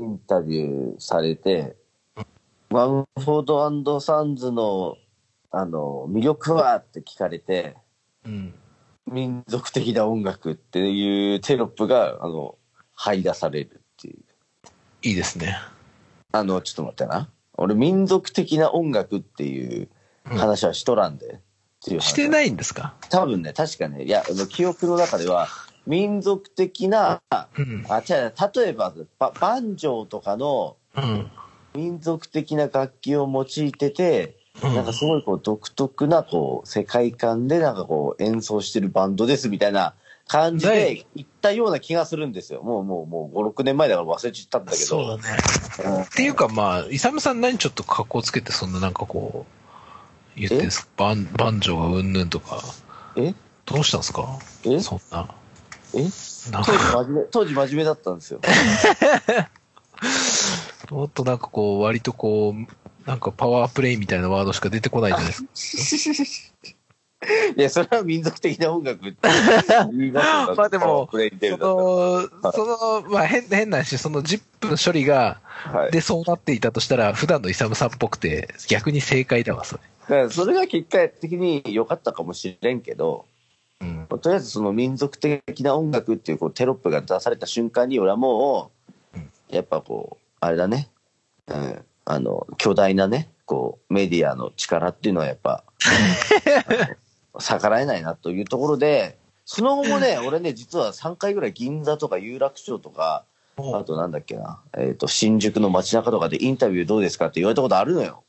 Speaker 2: インタビューされて、マムフォードサンズの、あの、魅力はって聞かれて、
Speaker 1: うん。
Speaker 2: 民族的な音楽っていうテロップが、あの、排出されるっていう。
Speaker 1: いいですね。
Speaker 2: あの、ちょっと待ってな。俺、民族的な音楽っていう話はしとらんで。っていう話
Speaker 1: してないんですか
Speaker 2: 多分ね、確かね、いや、あの記憶の中では、民族的な、あ、
Speaker 1: うん。
Speaker 2: 違う、例えば、ババンジョーとかの
Speaker 1: うん。
Speaker 2: 民族的な楽器を用いてて、なんかすごいこう独特なこう世界観でなんかこう演奏してるバンドですみたいな感じで言ったような気がするんですよ。もうもうもう5、6年前だから忘れちゃったんだけど。
Speaker 1: そうだね。
Speaker 2: うん
Speaker 1: っていうかまあ、イサムさん何ちょっと格好つけてそんななんかこう、言ってんすかバン、バンジョーがうんぬんとか。
Speaker 2: え
Speaker 1: どうしたんですか
Speaker 2: え
Speaker 1: そんな。
Speaker 2: え
Speaker 1: なん
Speaker 2: 当時
Speaker 1: か、
Speaker 2: 真面目、当時真面目だったんですよ。
Speaker 1: もっとなんかこう、割とこう、なんかパワープレイみたいなワードしか出てこないじゃないですか。
Speaker 2: いや、それは民族的な音楽って言いますよ。
Speaker 1: まあでも
Speaker 2: プレイに出るんだったら
Speaker 1: その、その、まあ変、変な話、そのジップの処理が、
Speaker 2: はい。
Speaker 1: で、そうなっていたとしたら、普段のイサムさんっぽくて、逆に正解だわ、それ。
Speaker 2: だからそれが結果的に良かったかもしれんけど、
Speaker 1: うん。
Speaker 2: とりあえずその民族的な音楽っていうこうテロップが出された瞬間に俺はもうやっぱこうあれだね、うん、あの巨大なねこうメディアの力っていうのはやっ ぱあの逆らえないなというところでその後もね俺ね実は3回ぐらい銀座とか有楽町とかあとなんだっけな、えー、と新宿の街中とかでインタビューどうですかって言われたことあるのよ。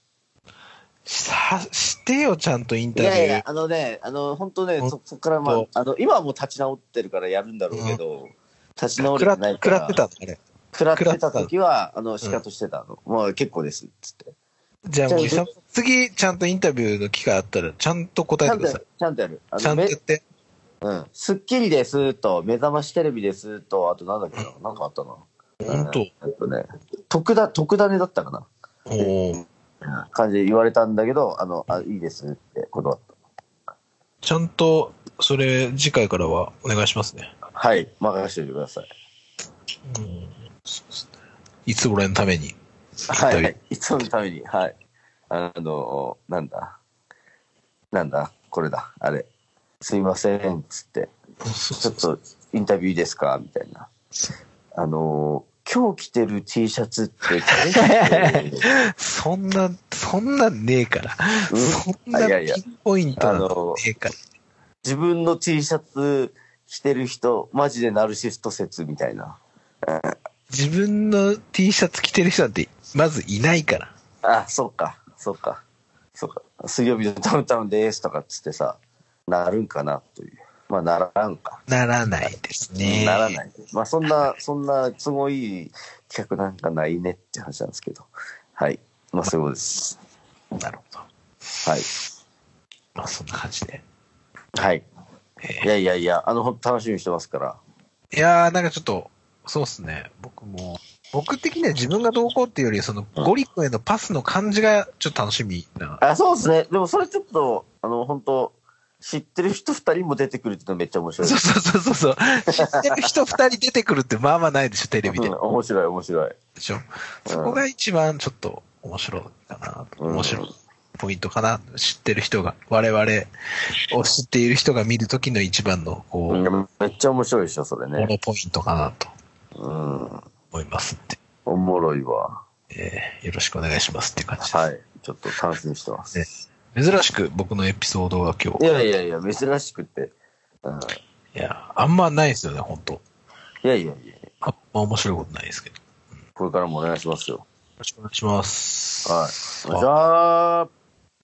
Speaker 1: さ、してよ、ちゃんとイン
Speaker 2: い
Speaker 1: タビュー。
Speaker 2: やいや、あのね、あの、本当ね、そこから、まあ
Speaker 1: 本、
Speaker 2: あの、今はもう立ち直ってるからやるんだろうけど、立ち直
Speaker 1: く
Speaker 2: れ
Speaker 1: ら
Speaker 2: てない
Speaker 1: く
Speaker 2: からら、
Speaker 1: ってたのあれ。
Speaker 2: 食らってた時は、あの、シカとしてたの。もう結構です、つって。
Speaker 1: じゃあもう、イ
Speaker 2: じゃ
Speaker 1: サ
Speaker 2: あ
Speaker 1: ム次、ちゃんとインタビューの機会あったら、ちゃんと答
Speaker 2: ち
Speaker 1: えて
Speaker 2: ゃん
Speaker 1: く
Speaker 2: と
Speaker 1: だ
Speaker 2: や
Speaker 1: さい
Speaker 2: る。。ちゃんとやる。あ
Speaker 1: ちゃ
Speaker 2: の、
Speaker 1: んと
Speaker 2: め
Speaker 1: やって。
Speaker 2: うん。スッキリですと、目覚ましテレビですと、あとなんだっけな、なんかあったな。
Speaker 1: 本当
Speaker 2: えっとね、特だ、特ダネだったかな。
Speaker 1: おー
Speaker 2: 感じで言われたんだけど、あの、あいいですって断った。
Speaker 1: ちゃんと、それ、次回からはお願いしますね。
Speaker 2: はい、任せておいてください。
Speaker 1: うん。そうですね。いつ俺のために。
Speaker 2: はいはい。いつものために、はい。あの、なんだ。なんだ、これだ、あれ。すいません、つって。
Speaker 1: そう
Speaker 2: ち
Speaker 1: そ
Speaker 2: ょ
Speaker 1: う
Speaker 2: っとインタビューいいですかみたいな。あの、今日着てる T シャツって、
Speaker 1: そんな、そんなんねえから。
Speaker 2: う ん
Speaker 1: そん
Speaker 2: あ
Speaker 1: ない
Speaker 2: やい
Speaker 1: ピ
Speaker 2: や
Speaker 1: ンポイントな
Speaker 2: あ
Speaker 1: の
Speaker 2: の
Speaker 1: ねえから。
Speaker 2: 自分の T シャツ着てる人、マジでナルシスト説みたいな。
Speaker 1: 自分の T シャツ着てる人なんて、まずいないから。
Speaker 2: あ、そうか、そうか、そうか。水曜日のダウンタウンですとかっつってさ、なるんかなという。まあ、ならんか。
Speaker 1: ならないですね。
Speaker 2: ならない。まあそんな、 そんな都合いい企画なんかないねって話なんですけど。はい。まあそういうことです。
Speaker 1: なるほど。
Speaker 2: はい。
Speaker 1: まあ、そんな感じで。
Speaker 2: はい。
Speaker 1: え
Speaker 2: いやいやいや、あの、本当楽しみにしてますから。
Speaker 1: いやー、なんかちょっと、そうっすね。僕も、僕的には自分がどうこうっていうより、その、ゴリ君へのパスの感じが、ちょっと楽しみな。
Speaker 2: あ、そうですね。でもそれちょっと、あの、本当知ってる人二人も出てくるっていうのめっちゃ面白い。
Speaker 1: そうそうそうそうそう。知ってる人二人出てくるって、まあまあないでしょ、テレビで
Speaker 2: うん。面白い、面白い。
Speaker 1: でしょ。そこが一番ちょっと面白いかなと。
Speaker 2: うん
Speaker 1: 面白いポイントかな。知ってる人が、我々を知っている人が見るときの一番の、こう、
Speaker 2: うん
Speaker 1: も
Speaker 2: めっちゃ面白いでしょ、それね。
Speaker 1: のポイントかなと
Speaker 2: うん。
Speaker 1: 思いますんで、
Speaker 2: おもろいわ。
Speaker 1: えーよろしくお願いしますっていう感じです。
Speaker 2: はい。ちょっと楽しみにしてます。
Speaker 1: 珍しく僕のエピソードが今
Speaker 2: い
Speaker 1: 日、
Speaker 2: やいやいや、珍しくて。うん。
Speaker 1: いや、あんまないですよね、本当
Speaker 2: いやいやいや、
Speaker 1: あんま面白いことないですけど。よ
Speaker 2: これからもお願いしますよ。
Speaker 1: ろしくお願いします。
Speaker 2: はい。じゃあ、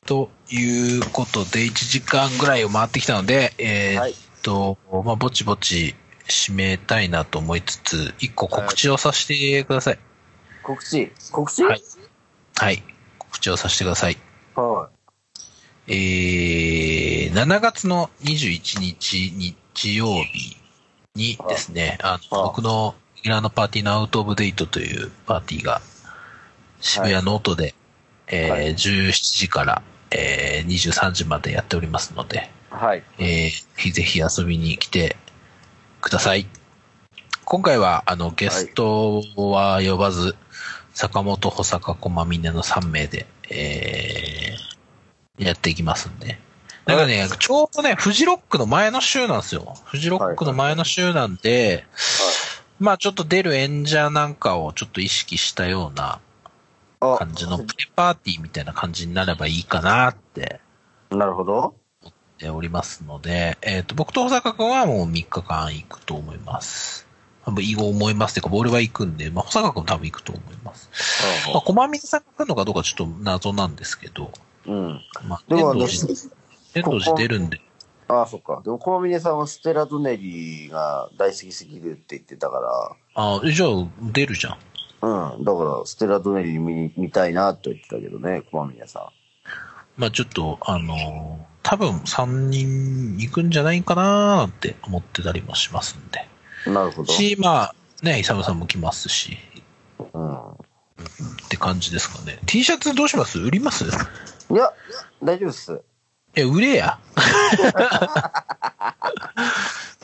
Speaker 1: ということで、1時間ぐらいを回ってきたので、えー
Speaker 2: はい
Speaker 1: っと、まあ、ぼちぼち締めたいなと思いつつ、一個告知をさせてください。
Speaker 2: 告知告知
Speaker 1: はいはい。告知をさせてください。
Speaker 2: は
Speaker 1: えー、7月の21日日曜日にですね、あの
Speaker 2: はあ
Speaker 1: 僕のレギュラーのパーティーのアウトオブデートというパーティーが、渋谷の音で、えー
Speaker 2: はい
Speaker 1: 17時から、えー23時までやっておりますので、
Speaker 2: はい。
Speaker 1: えーぜひ遊びに来てください。今回は、あの、ゲストは呼ばず、坂本、保坂、駒峰の3名で、えーやっていきますんで。なんかね、ちょうどね、フジロックの前の週なんですよ。フジロックの前の週なんで、まあちょっと出る演者なんかをちょっと意識したような
Speaker 2: あ
Speaker 1: 感じのプレパーティーみたいな感じになればいいかなって
Speaker 2: なるほど。
Speaker 1: っておりますので、えっ、と、僕と保坂くんはもう3日間行くと思います。まあ、いい思いますっていうか、俺は行くんで、まあ、保坂くんも多分行くと思います。まあ、駒水さんが来るのかどうかちょっと謎なんですけど、
Speaker 2: うん。
Speaker 1: まあ、
Speaker 2: で
Speaker 1: 天
Speaker 2: もあ
Speaker 1: 童
Speaker 2: の、
Speaker 1: 寺、天童寺出るんで、
Speaker 2: ああ、そっか。でも、コマミネさんはステラ・ドネリーが大好きすぎるって言ってたか
Speaker 1: ああ、じゃあ出るじゃん。
Speaker 2: ら、うん。だから、ステラ・ドネリー見に見たいなって言ってたけどね、コマミネさ
Speaker 1: まあ、ちょっと、あのー多分3人行くんじゃないかなーって思ってたりもしますんで。
Speaker 2: ん。なるほど。
Speaker 1: し、まあ、ね、イサムさんも来ますし、
Speaker 2: う
Speaker 1: って感じですかね。T シャツどうします売ります
Speaker 2: ん。いや、大丈夫っす。
Speaker 1: え、売れ や。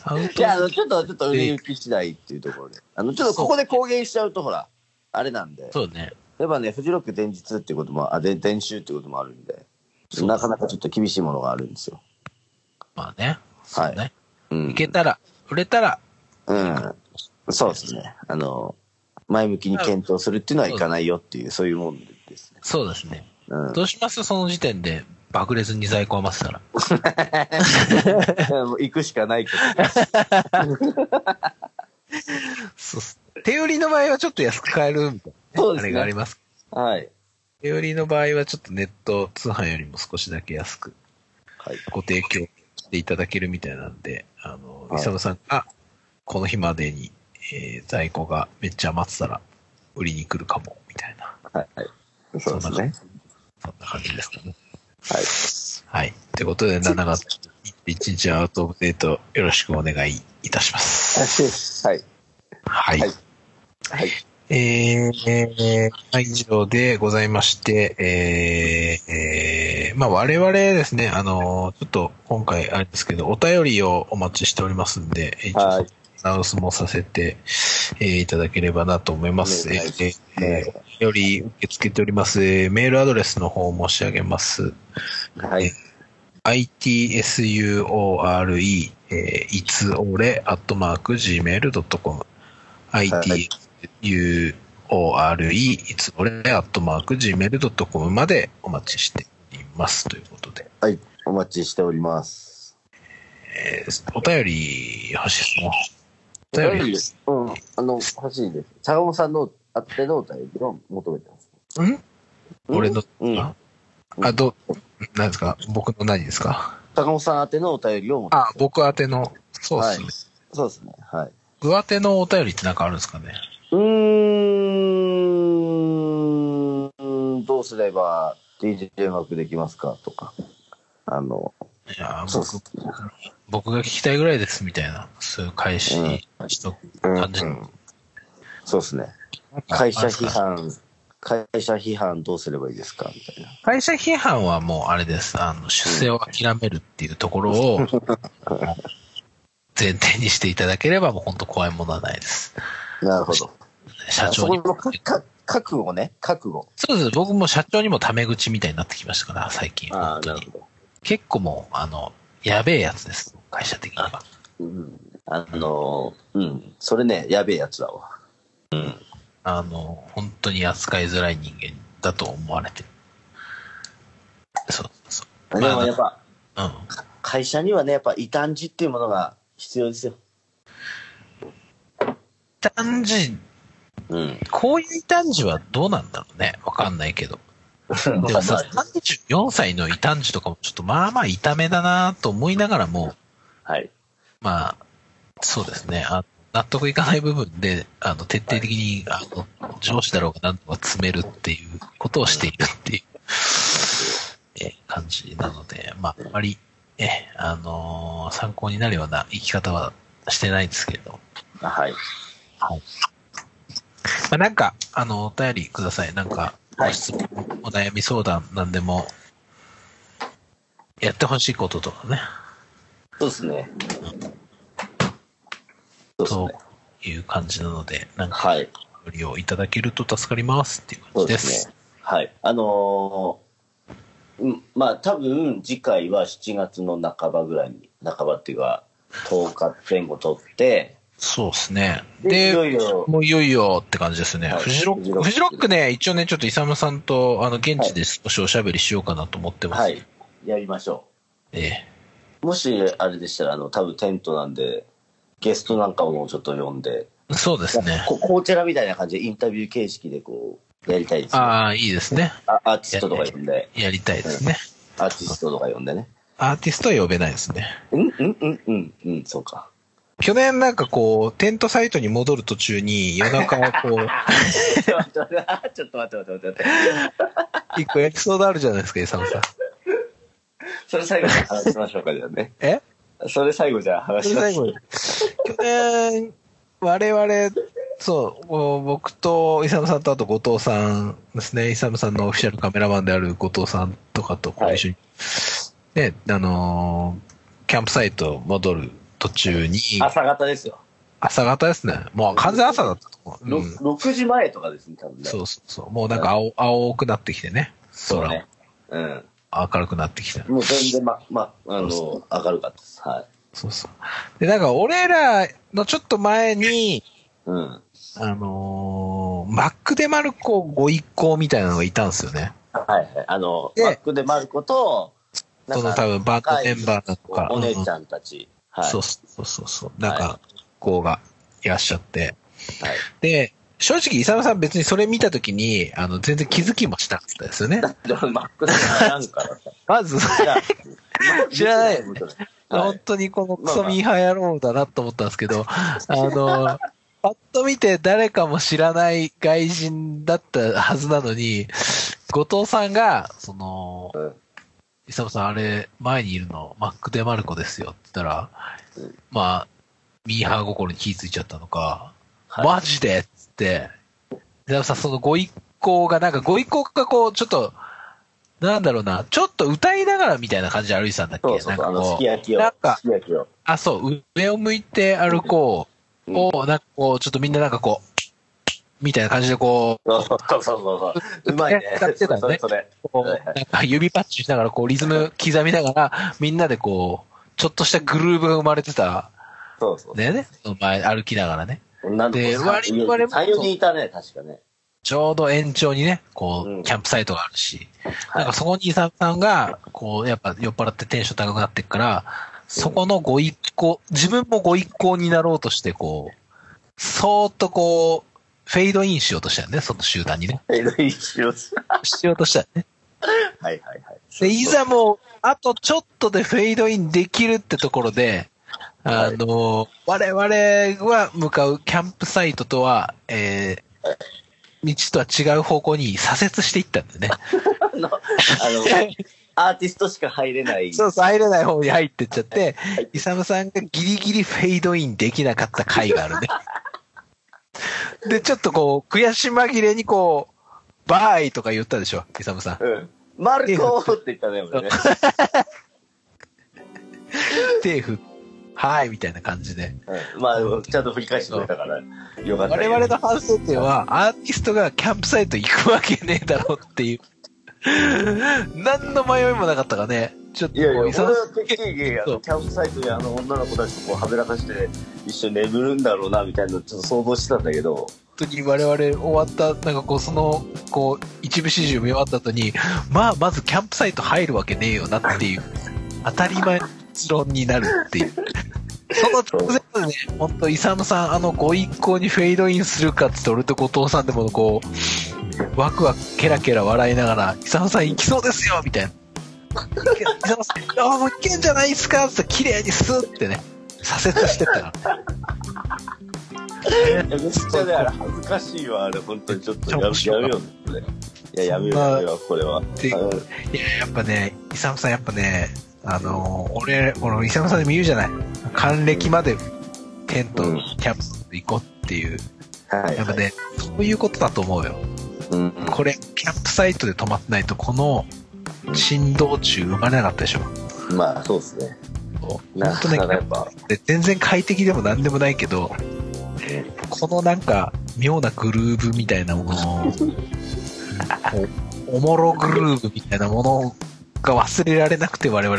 Speaker 1: アウ
Speaker 2: い
Speaker 1: ト
Speaker 2: や、あの、ちょっと、ちょっと売れ行き次第っていうところで。あの、ちょっとここで公言しちゃうと、ほら、あれなんで。
Speaker 1: そうね。
Speaker 2: やっぱね、フジロック前日っていうことも、あ、で、前週っていうこともあるんで、
Speaker 1: そう
Speaker 2: なかなかちょっと厳しいものがあるんですよ。
Speaker 1: まあね。そう
Speaker 2: はい
Speaker 1: ね。
Speaker 2: う
Speaker 1: い、
Speaker 2: ん。
Speaker 1: けたら、売れたら、
Speaker 2: うん。そうですね。あの、前向きに検討するっていうのはいかないよっていう、そういうもんですね。
Speaker 1: そうですね。
Speaker 2: うん。
Speaker 1: どうしますその時点で、爆裂に在庫余ってたら。
Speaker 2: もう行くしかないけ
Speaker 1: そうっす。手売りの場合はちょっと安く買えるみたいな、
Speaker 2: そうですね
Speaker 1: あれがあります。
Speaker 2: ど。はい。
Speaker 1: 手売りの場合はちょっとネット通販よりも少しだけ安く
Speaker 2: はい。
Speaker 1: ご提供していただけるみたいなんで、あの、
Speaker 2: はい
Speaker 1: イサムさんが、この日までに、えー在庫がめっちゃ余ってたら、売りに来るかも、みたいな、
Speaker 2: はい。はい。そうですね。
Speaker 1: そんな感じですかね。
Speaker 2: はい。
Speaker 1: はい。ということで、7月1日アウトオブデートよろしくお願いいたします。
Speaker 2: はい。
Speaker 1: はい。
Speaker 2: はいはい。
Speaker 1: えー、えーはい、以上でございまして、えー、えーまあ我々ですね、あのー、ちょっと今回あれですけど、お便りをお待ちしておりますんで、えー
Speaker 2: はい
Speaker 1: 一応アナウンスもさせて、えーいただければなと思います。
Speaker 2: お願いします
Speaker 1: えーえーお便り受け付けております。えーメールアドレスの方を申し上げます。
Speaker 2: はい。
Speaker 1: itsure, えー、いつおれ、アットマーク、gmail.com。itsure, いつおれ、アットマーク、gmail.com までお待ちしています。ということで。
Speaker 2: はい。お待ちしております。
Speaker 1: えーお便り、欲しいですね。お便り、
Speaker 2: うん。あの、欲しいです。坂本さんのあってのお便りを求めてます。
Speaker 1: ん俺の、
Speaker 2: うん
Speaker 1: あ、あど、なんですか僕の何ですか
Speaker 2: 坂本さん宛てのお便りを求めて
Speaker 1: あ、僕宛ての、そうで
Speaker 2: ます
Speaker 1: すね。
Speaker 2: はい。そうですね。はい。
Speaker 1: 僕宛てのお便りってなんかあるんですかね
Speaker 2: うーん、どうすれば DJ うまくできますかとか。あの、
Speaker 1: いやー
Speaker 2: そうっ
Speaker 1: 僕
Speaker 2: すね。
Speaker 1: 僕が聞きたいぐらいですみたいな、そういう返ししとく
Speaker 2: うん
Speaker 1: 感じ。
Speaker 2: うんそうですね。会社批判、会社批判どうすればいいですかみたいな。
Speaker 1: 会社批判はもうあれです。あの、出世を諦めるっていうところ を、前提にしていただければもう本当怖いものはないです。
Speaker 2: なるほど。
Speaker 1: 社長
Speaker 2: そこ
Speaker 1: に
Speaker 2: の。かか覚悟ね、覚悟。
Speaker 1: そうです。僕も社長にもタメ口みたいになってきましたから、最近。
Speaker 2: ああ、
Speaker 1: 本当
Speaker 2: な
Speaker 1: に
Speaker 2: るほど。
Speaker 1: 結構もう、あの、やべえやつです。会社的には。
Speaker 2: うん、あの、うん、それね、やべえやつだわ。
Speaker 1: あの、本当に扱いづらい人間だと思われてる。そうそう
Speaker 2: で
Speaker 1: そう。ま
Speaker 2: も
Speaker 1: あ
Speaker 2: やっぱ、
Speaker 1: うん。
Speaker 2: 会社にはね、やっぱ異端児っていうものが必要ですよ。
Speaker 1: 単純
Speaker 2: うん。
Speaker 1: こういう異端児はどうなんだろうね。わかんないけど。でもさ、34歳の異端児とかもちょっとまあまあ痛めだなと思いながらも、
Speaker 2: はい。
Speaker 1: まあ、そうですね。あ納得いかない部分で、あの、徹底的に、あの、上司だろうが何とか詰めるっていうことをしているっていう、えー感じなので、まあ、あまり、えー、あのー参考になるような生き方はしてないんですけど、
Speaker 2: はい。
Speaker 1: まあ、なんか、あの、お便りください。なんか、
Speaker 2: はい
Speaker 1: ご質問、お悩み相談、なんでも、やってほしいこととかね、
Speaker 2: そうですね。そうです
Speaker 1: そ
Speaker 2: ね。
Speaker 1: ういう感じなので、なんか、
Speaker 2: はい。
Speaker 1: ご利用いただけると助かりますっていう
Speaker 2: そ
Speaker 1: 感じ
Speaker 2: う
Speaker 1: で。
Speaker 2: ですすね。はい。あのーうんまあ多分次回は7月の半ばぐらいに、半ばっていうか、10日前後取って、
Speaker 1: そうですね。
Speaker 2: で
Speaker 1: で、
Speaker 2: いよいよ
Speaker 1: もういよいよって感じですね。
Speaker 2: はい
Speaker 1: フジロ
Speaker 2: フジ
Speaker 1: ッ
Speaker 2: ロッ
Speaker 1: ク、
Speaker 2: ク
Speaker 1: フジロックね、一応ね、ちょっとイサムさんと、あの、現地で少しおしゃべりしようかなと思ってます。
Speaker 2: はい。やりましょ
Speaker 1: ええ
Speaker 2: う。もしあれでしたら、あの、多分テントなんで、ゲストなんかもちょっと呼んで、
Speaker 1: そうですね。
Speaker 2: こコーチェラみたいな感じでインタビュー形式でこう、やりたいですね、
Speaker 1: ああ、いいですね。
Speaker 2: あアーティストとか呼んで、
Speaker 1: やりたいですね。
Speaker 2: アーティストとか呼んでね。
Speaker 1: アーティストは呼べないですね。
Speaker 2: うんうんうんうんうん、そう か。
Speaker 1: 去年なんかこう、テントサイトに戻る途中に夜中はこ う、
Speaker 2: ちょっと待って、ちょっと待って待って待って。
Speaker 1: 一個エピソードあるじゃないですか、イサムさん。
Speaker 2: それ最後に話しましょうか、じゃあね。
Speaker 1: え
Speaker 2: それ最後じゃあ話しま
Speaker 1: 最
Speaker 2: しょ
Speaker 1: 後
Speaker 2: う。
Speaker 1: に。去年、我々、そう、こう僕とイサムさんとあと後藤さんですね、イサムさんのオフィシャルカメラマンである後藤さんとかとこう
Speaker 2: はい
Speaker 1: 一緒に、ね、あのーキャンプサイト戻る途中に、
Speaker 2: 朝方ですよ。
Speaker 1: 朝方ですね。もう完全朝だったと思う。
Speaker 2: ろ
Speaker 1: う
Speaker 2: く
Speaker 1: ん
Speaker 2: 6,、時前とかですね、多分ね。
Speaker 1: そうそうそう。もうなんか青青くなってきてね。
Speaker 2: そうね。うん。
Speaker 1: 空も明るくなってきて。
Speaker 2: もう全然、ま、ま、あの、
Speaker 1: そ
Speaker 2: 明るかったです。はい。
Speaker 1: そうそう。で、なんか俺らのちょっと前に、
Speaker 2: うん。
Speaker 1: あのーマックデマルコご一行みたいなのがいたんですよね。
Speaker 2: はいはい。あの、
Speaker 1: で
Speaker 2: マックでマルコと、
Speaker 1: その多分バンドメンバーだとか。
Speaker 2: お姉ち
Speaker 1: ん。
Speaker 2: ゃんたち。はい。
Speaker 1: そうそうそうそう。なん
Speaker 2: は
Speaker 1: か、こうがいらっしゃって。
Speaker 2: はい。
Speaker 1: で、正直、イサムさん別にそれ見たときに、あの、全然気づきもしなかったですよね。
Speaker 2: でもマックでなんかだった。
Speaker 1: まず、
Speaker 2: 知らん
Speaker 1: 知らない
Speaker 2: は
Speaker 1: 本
Speaker 2: い。
Speaker 1: 当にこのクソミーハー野郎だなと思ったんですけ ど、あの、パッと見て誰かも知らない外人だったはずなのに、後藤さんが、その、
Speaker 2: うん
Speaker 1: イサムさんあれ、前にいるの、マック・デマルコですよって言ったら
Speaker 2: うん、
Speaker 1: まあ、ミーハー心に気づいちゃったのか、
Speaker 2: はい
Speaker 1: マジでっつって、イサムさんそのご一行が、なんかご一行がこう、ちょっと、なんだろうな、ちょっと歌いながらみたいな感じで歩いてたんだっけ
Speaker 2: そうそ
Speaker 1: な
Speaker 2: う
Speaker 1: ん
Speaker 2: そう。あ
Speaker 1: か
Speaker 2: の、
Speaker 1: こ
Speaker 2: すき焼きを。
Speaker 1: なんか
Speaker 2: すき焼きを。
Speaker 1: あ、そう、上を向いて歩こう
Speaker 2: うん
Speaker 1: を、なんかこう、ちょっとみんななんかこう、みたいな感じでこう、
Speaker 2: そうそうそうそうそう。うまいね。
Speaker 1: やってたね
Speaker 2: それそれ。
Speaker 1: こう
Speaker 2: はいはい
Speaker 1: なんか指パッチンしながら、こう、リズム刻みながら、みんなでこう、ちょっとしたグルーブが生まれてた、
Speaker 2: そうそう。
Speaker 1: ねね、その前歩きながらね、
Speaker 2: なん
Speaker 1: で
Speaker 2: で、
Speaker 1: 割
Speaker 2: 割
Speaker 1: り
Speaker 2: り
Speaker 1: 割
Speaker 2: 割
Speaker 1: れ
Speaker 2: れ
Speaker 1: も
Speaker 2: 3、4人いたね、確かね。
Speaker 1: ちょうど延長にね、こ
Speaker 2: う
Speaker 1: う、
Speaker 2: ん
Speaker 1: キャンプサイトがあるし、
Speaker 2: は
Speaker 1: ないんかそこにイサムさんが、こう、やっぱ酔っ払ってテンション高くなってっから、そこのご一行、自分もご一行になろうとして、こう、そーっとこう、フェードインしようとしたよね、その集団に ね。
Speaker 2: はいはいは
Speaker 1: しようとしたよね。
Speaker 2: いはい。
Speaker 1: で、いざもう、あとちょっとでフェードインできるってところで、あの、我々は向かうキャンプサイトとは、えー、道とは違う方向に左折していったんだよね。
Speaker 2: あの、あの、アーティストしか入れない。
Speaker 1: そうそう、入れない方に入ってっちゃって
Speaker 2: はい、
Speaker 1: イサムさんがギリギリフェードインできなかった回があるね。で、ちょっとこう、悔し紛れにこう、バーイとか言ったでしょ、イサムさん。
Speaker 2: うん。マルコーって言ったね、俺ね。
Speaker 1: 手振ってはい、みたいな感じで。
Speaker 2: うんまあ、ちゃんと振り返してくれたから、よかった
Speaker 1: 我
Speaker 2: よ。
Speaker 1: 々の反省点は、アーティストがキャンプサイト行くわけねえだろっていう。何の迷いもなかったからね。ちょっと
Speaker 2: いやいや、
Speaker 1: こう、
Speaker 2: 俺
Speaker 1: イサム
Speaker 2: はてっきり、あのキャンプサイトにあの女の子たちとこうはべらかして、一緒に眠るんだろうな、みたいなのちょっと想像してたんだけど、
Speaker 1: 本当に我々終わった、なんかこう、その、こう、一部始終見終わった後に、まあ、まずキャンプサイト入るわけねえよなっていう、当たり前の結論になるっていう。その直前までね、本当イサムさん、あの、ご一行にフェードインするかっつって、俺と後藤さんでもこう、ワクワク、ケラケラ笑いながら、イサムさん行きそうですよみたいな。イサムさん、ああ、もう行けんじゃないですかっつって、綺麗にスーってね、左折してったから。
Speaker 2: いやめっちゃね、あれ恥ずかしいわ、あれ、本当にちょっとやめ
Speaker 1: めっちゃ
Speaker 2: やめ
Speaker 1: 面白
Speaker 2: ようね。いや、やめよう、やめよう、これは。
Speaker 1: て
Speaker 2: うん
Speaker 1: いや、やっぱね、イサムさんやっぱね、あのー俺、俺、イサムさんでも言うじゃない。還暦までテント、
Speaker 2: うん
Speaker 1: キャンプ行こうってっていう。
Speaker 2: はい、
Speaker 1: やっぱ
Speaker 2: はい。
Speaker 1: ね、そういうことだと思うよ。
Speaker 2: うん、
Speaker 1: これ、キャンプサイトで止まってないと、この振動中生まれなかったでしょ。
Speaker 2: まあ、そうですね。
Speaker 1: 本
Speaker 2: な
Speaker 1: 当ね、
Speaker 2: なかなかやっぱ、
Speaker 1: で全然快適でも何でもないけど、このなんか妙なグルーブみたいなも のをおおもろグルーブみたいなものが忘れられなくて我々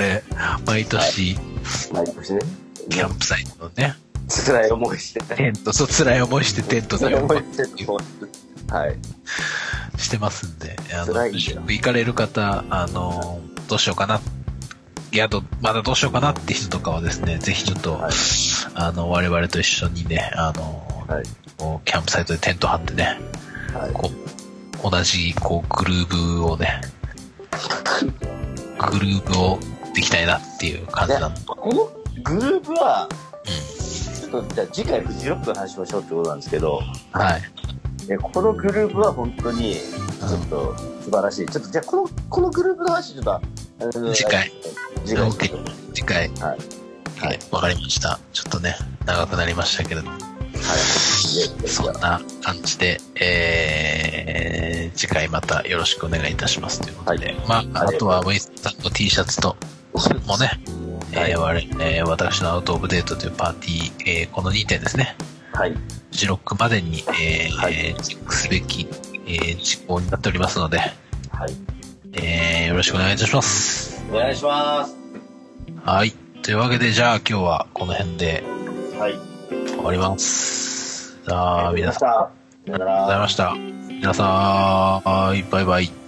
Speaker 1: 毎年
Speaker 2: 毎年ね、
Speaker 1: キャンプサイトのね、
Speaker 2: 辛い思いして、
Speaker 1: テント、そう辛い思いしてテント
Speaker 2: 辛
Speaker 1: で
Speaker 2: い思いして、はい。
Speaker 1: してますんで、あの、
Speaker 2: 辛いんだよ
Speaker 1: 行かれる方、あの、どうしようかな、宿、まだどうしようかなって人とかはですね、ぜひちょっと、
Speaker 2: はい
Speaker 1: あの、我々と一緒にね、あの、
Speaker 2: はい。
Speaker 1: こうキャンプサイトでテント張ってね、
Speaker 2: はい。
Speaker 1: こう、同じ、こう、グルーブをね、グルーブをできたいなっていう感じなんで、
Speaker 2: このグループは、ちょっとじゃあ次回フジロックの話しましょうってことなんですけど、
Speaker 1: はい。
Speaker 2: えこのグループは本当に、ちょっと素晴らしい。ちょっとじゃあこの、このグループの話ちょっと、あの
Speaker 1: 次回。
Speaker 2: 次回。
Speaker 1: OK 次回、
Speaker 2: はい。
Speaker 1: はい、わかりました。ちょっとね、長くなりましたけれども、
Speaker 2: はい。
Speaker 1: そんな感じで、えー、次回またよろしくお願いいたしますということで、まあ、あとはウェイスさんの T シャツと、もね、
Speaker 2: はい
Speaker 1: えー我々えー私のアウトオブデートというパーティー、えーこの2点ですね、
Speaker 2: はい。
Speaker 1: フジロックまでに、えー
Speaker 2: はい
Speaker 1: えーチェックすべき、えー事項になっておりますので、
Speaker 2: はい。
Speaker 1: えーよろしくお願いいたします。
Speaker 2: お願いします。
Speaker 1: はい。というわけで、じゃあ今日はこの辺で
Speaker 2: はい。
Speaker 1: 終わります。さあ、皆さん、あり
Speaker 2: さ
Speaker 1: が
Speaker 2: ん。さよな
Speaker 1: とうござい
Speaker 2: ら。
Speaker 1: ました。皆さん、バイバイ。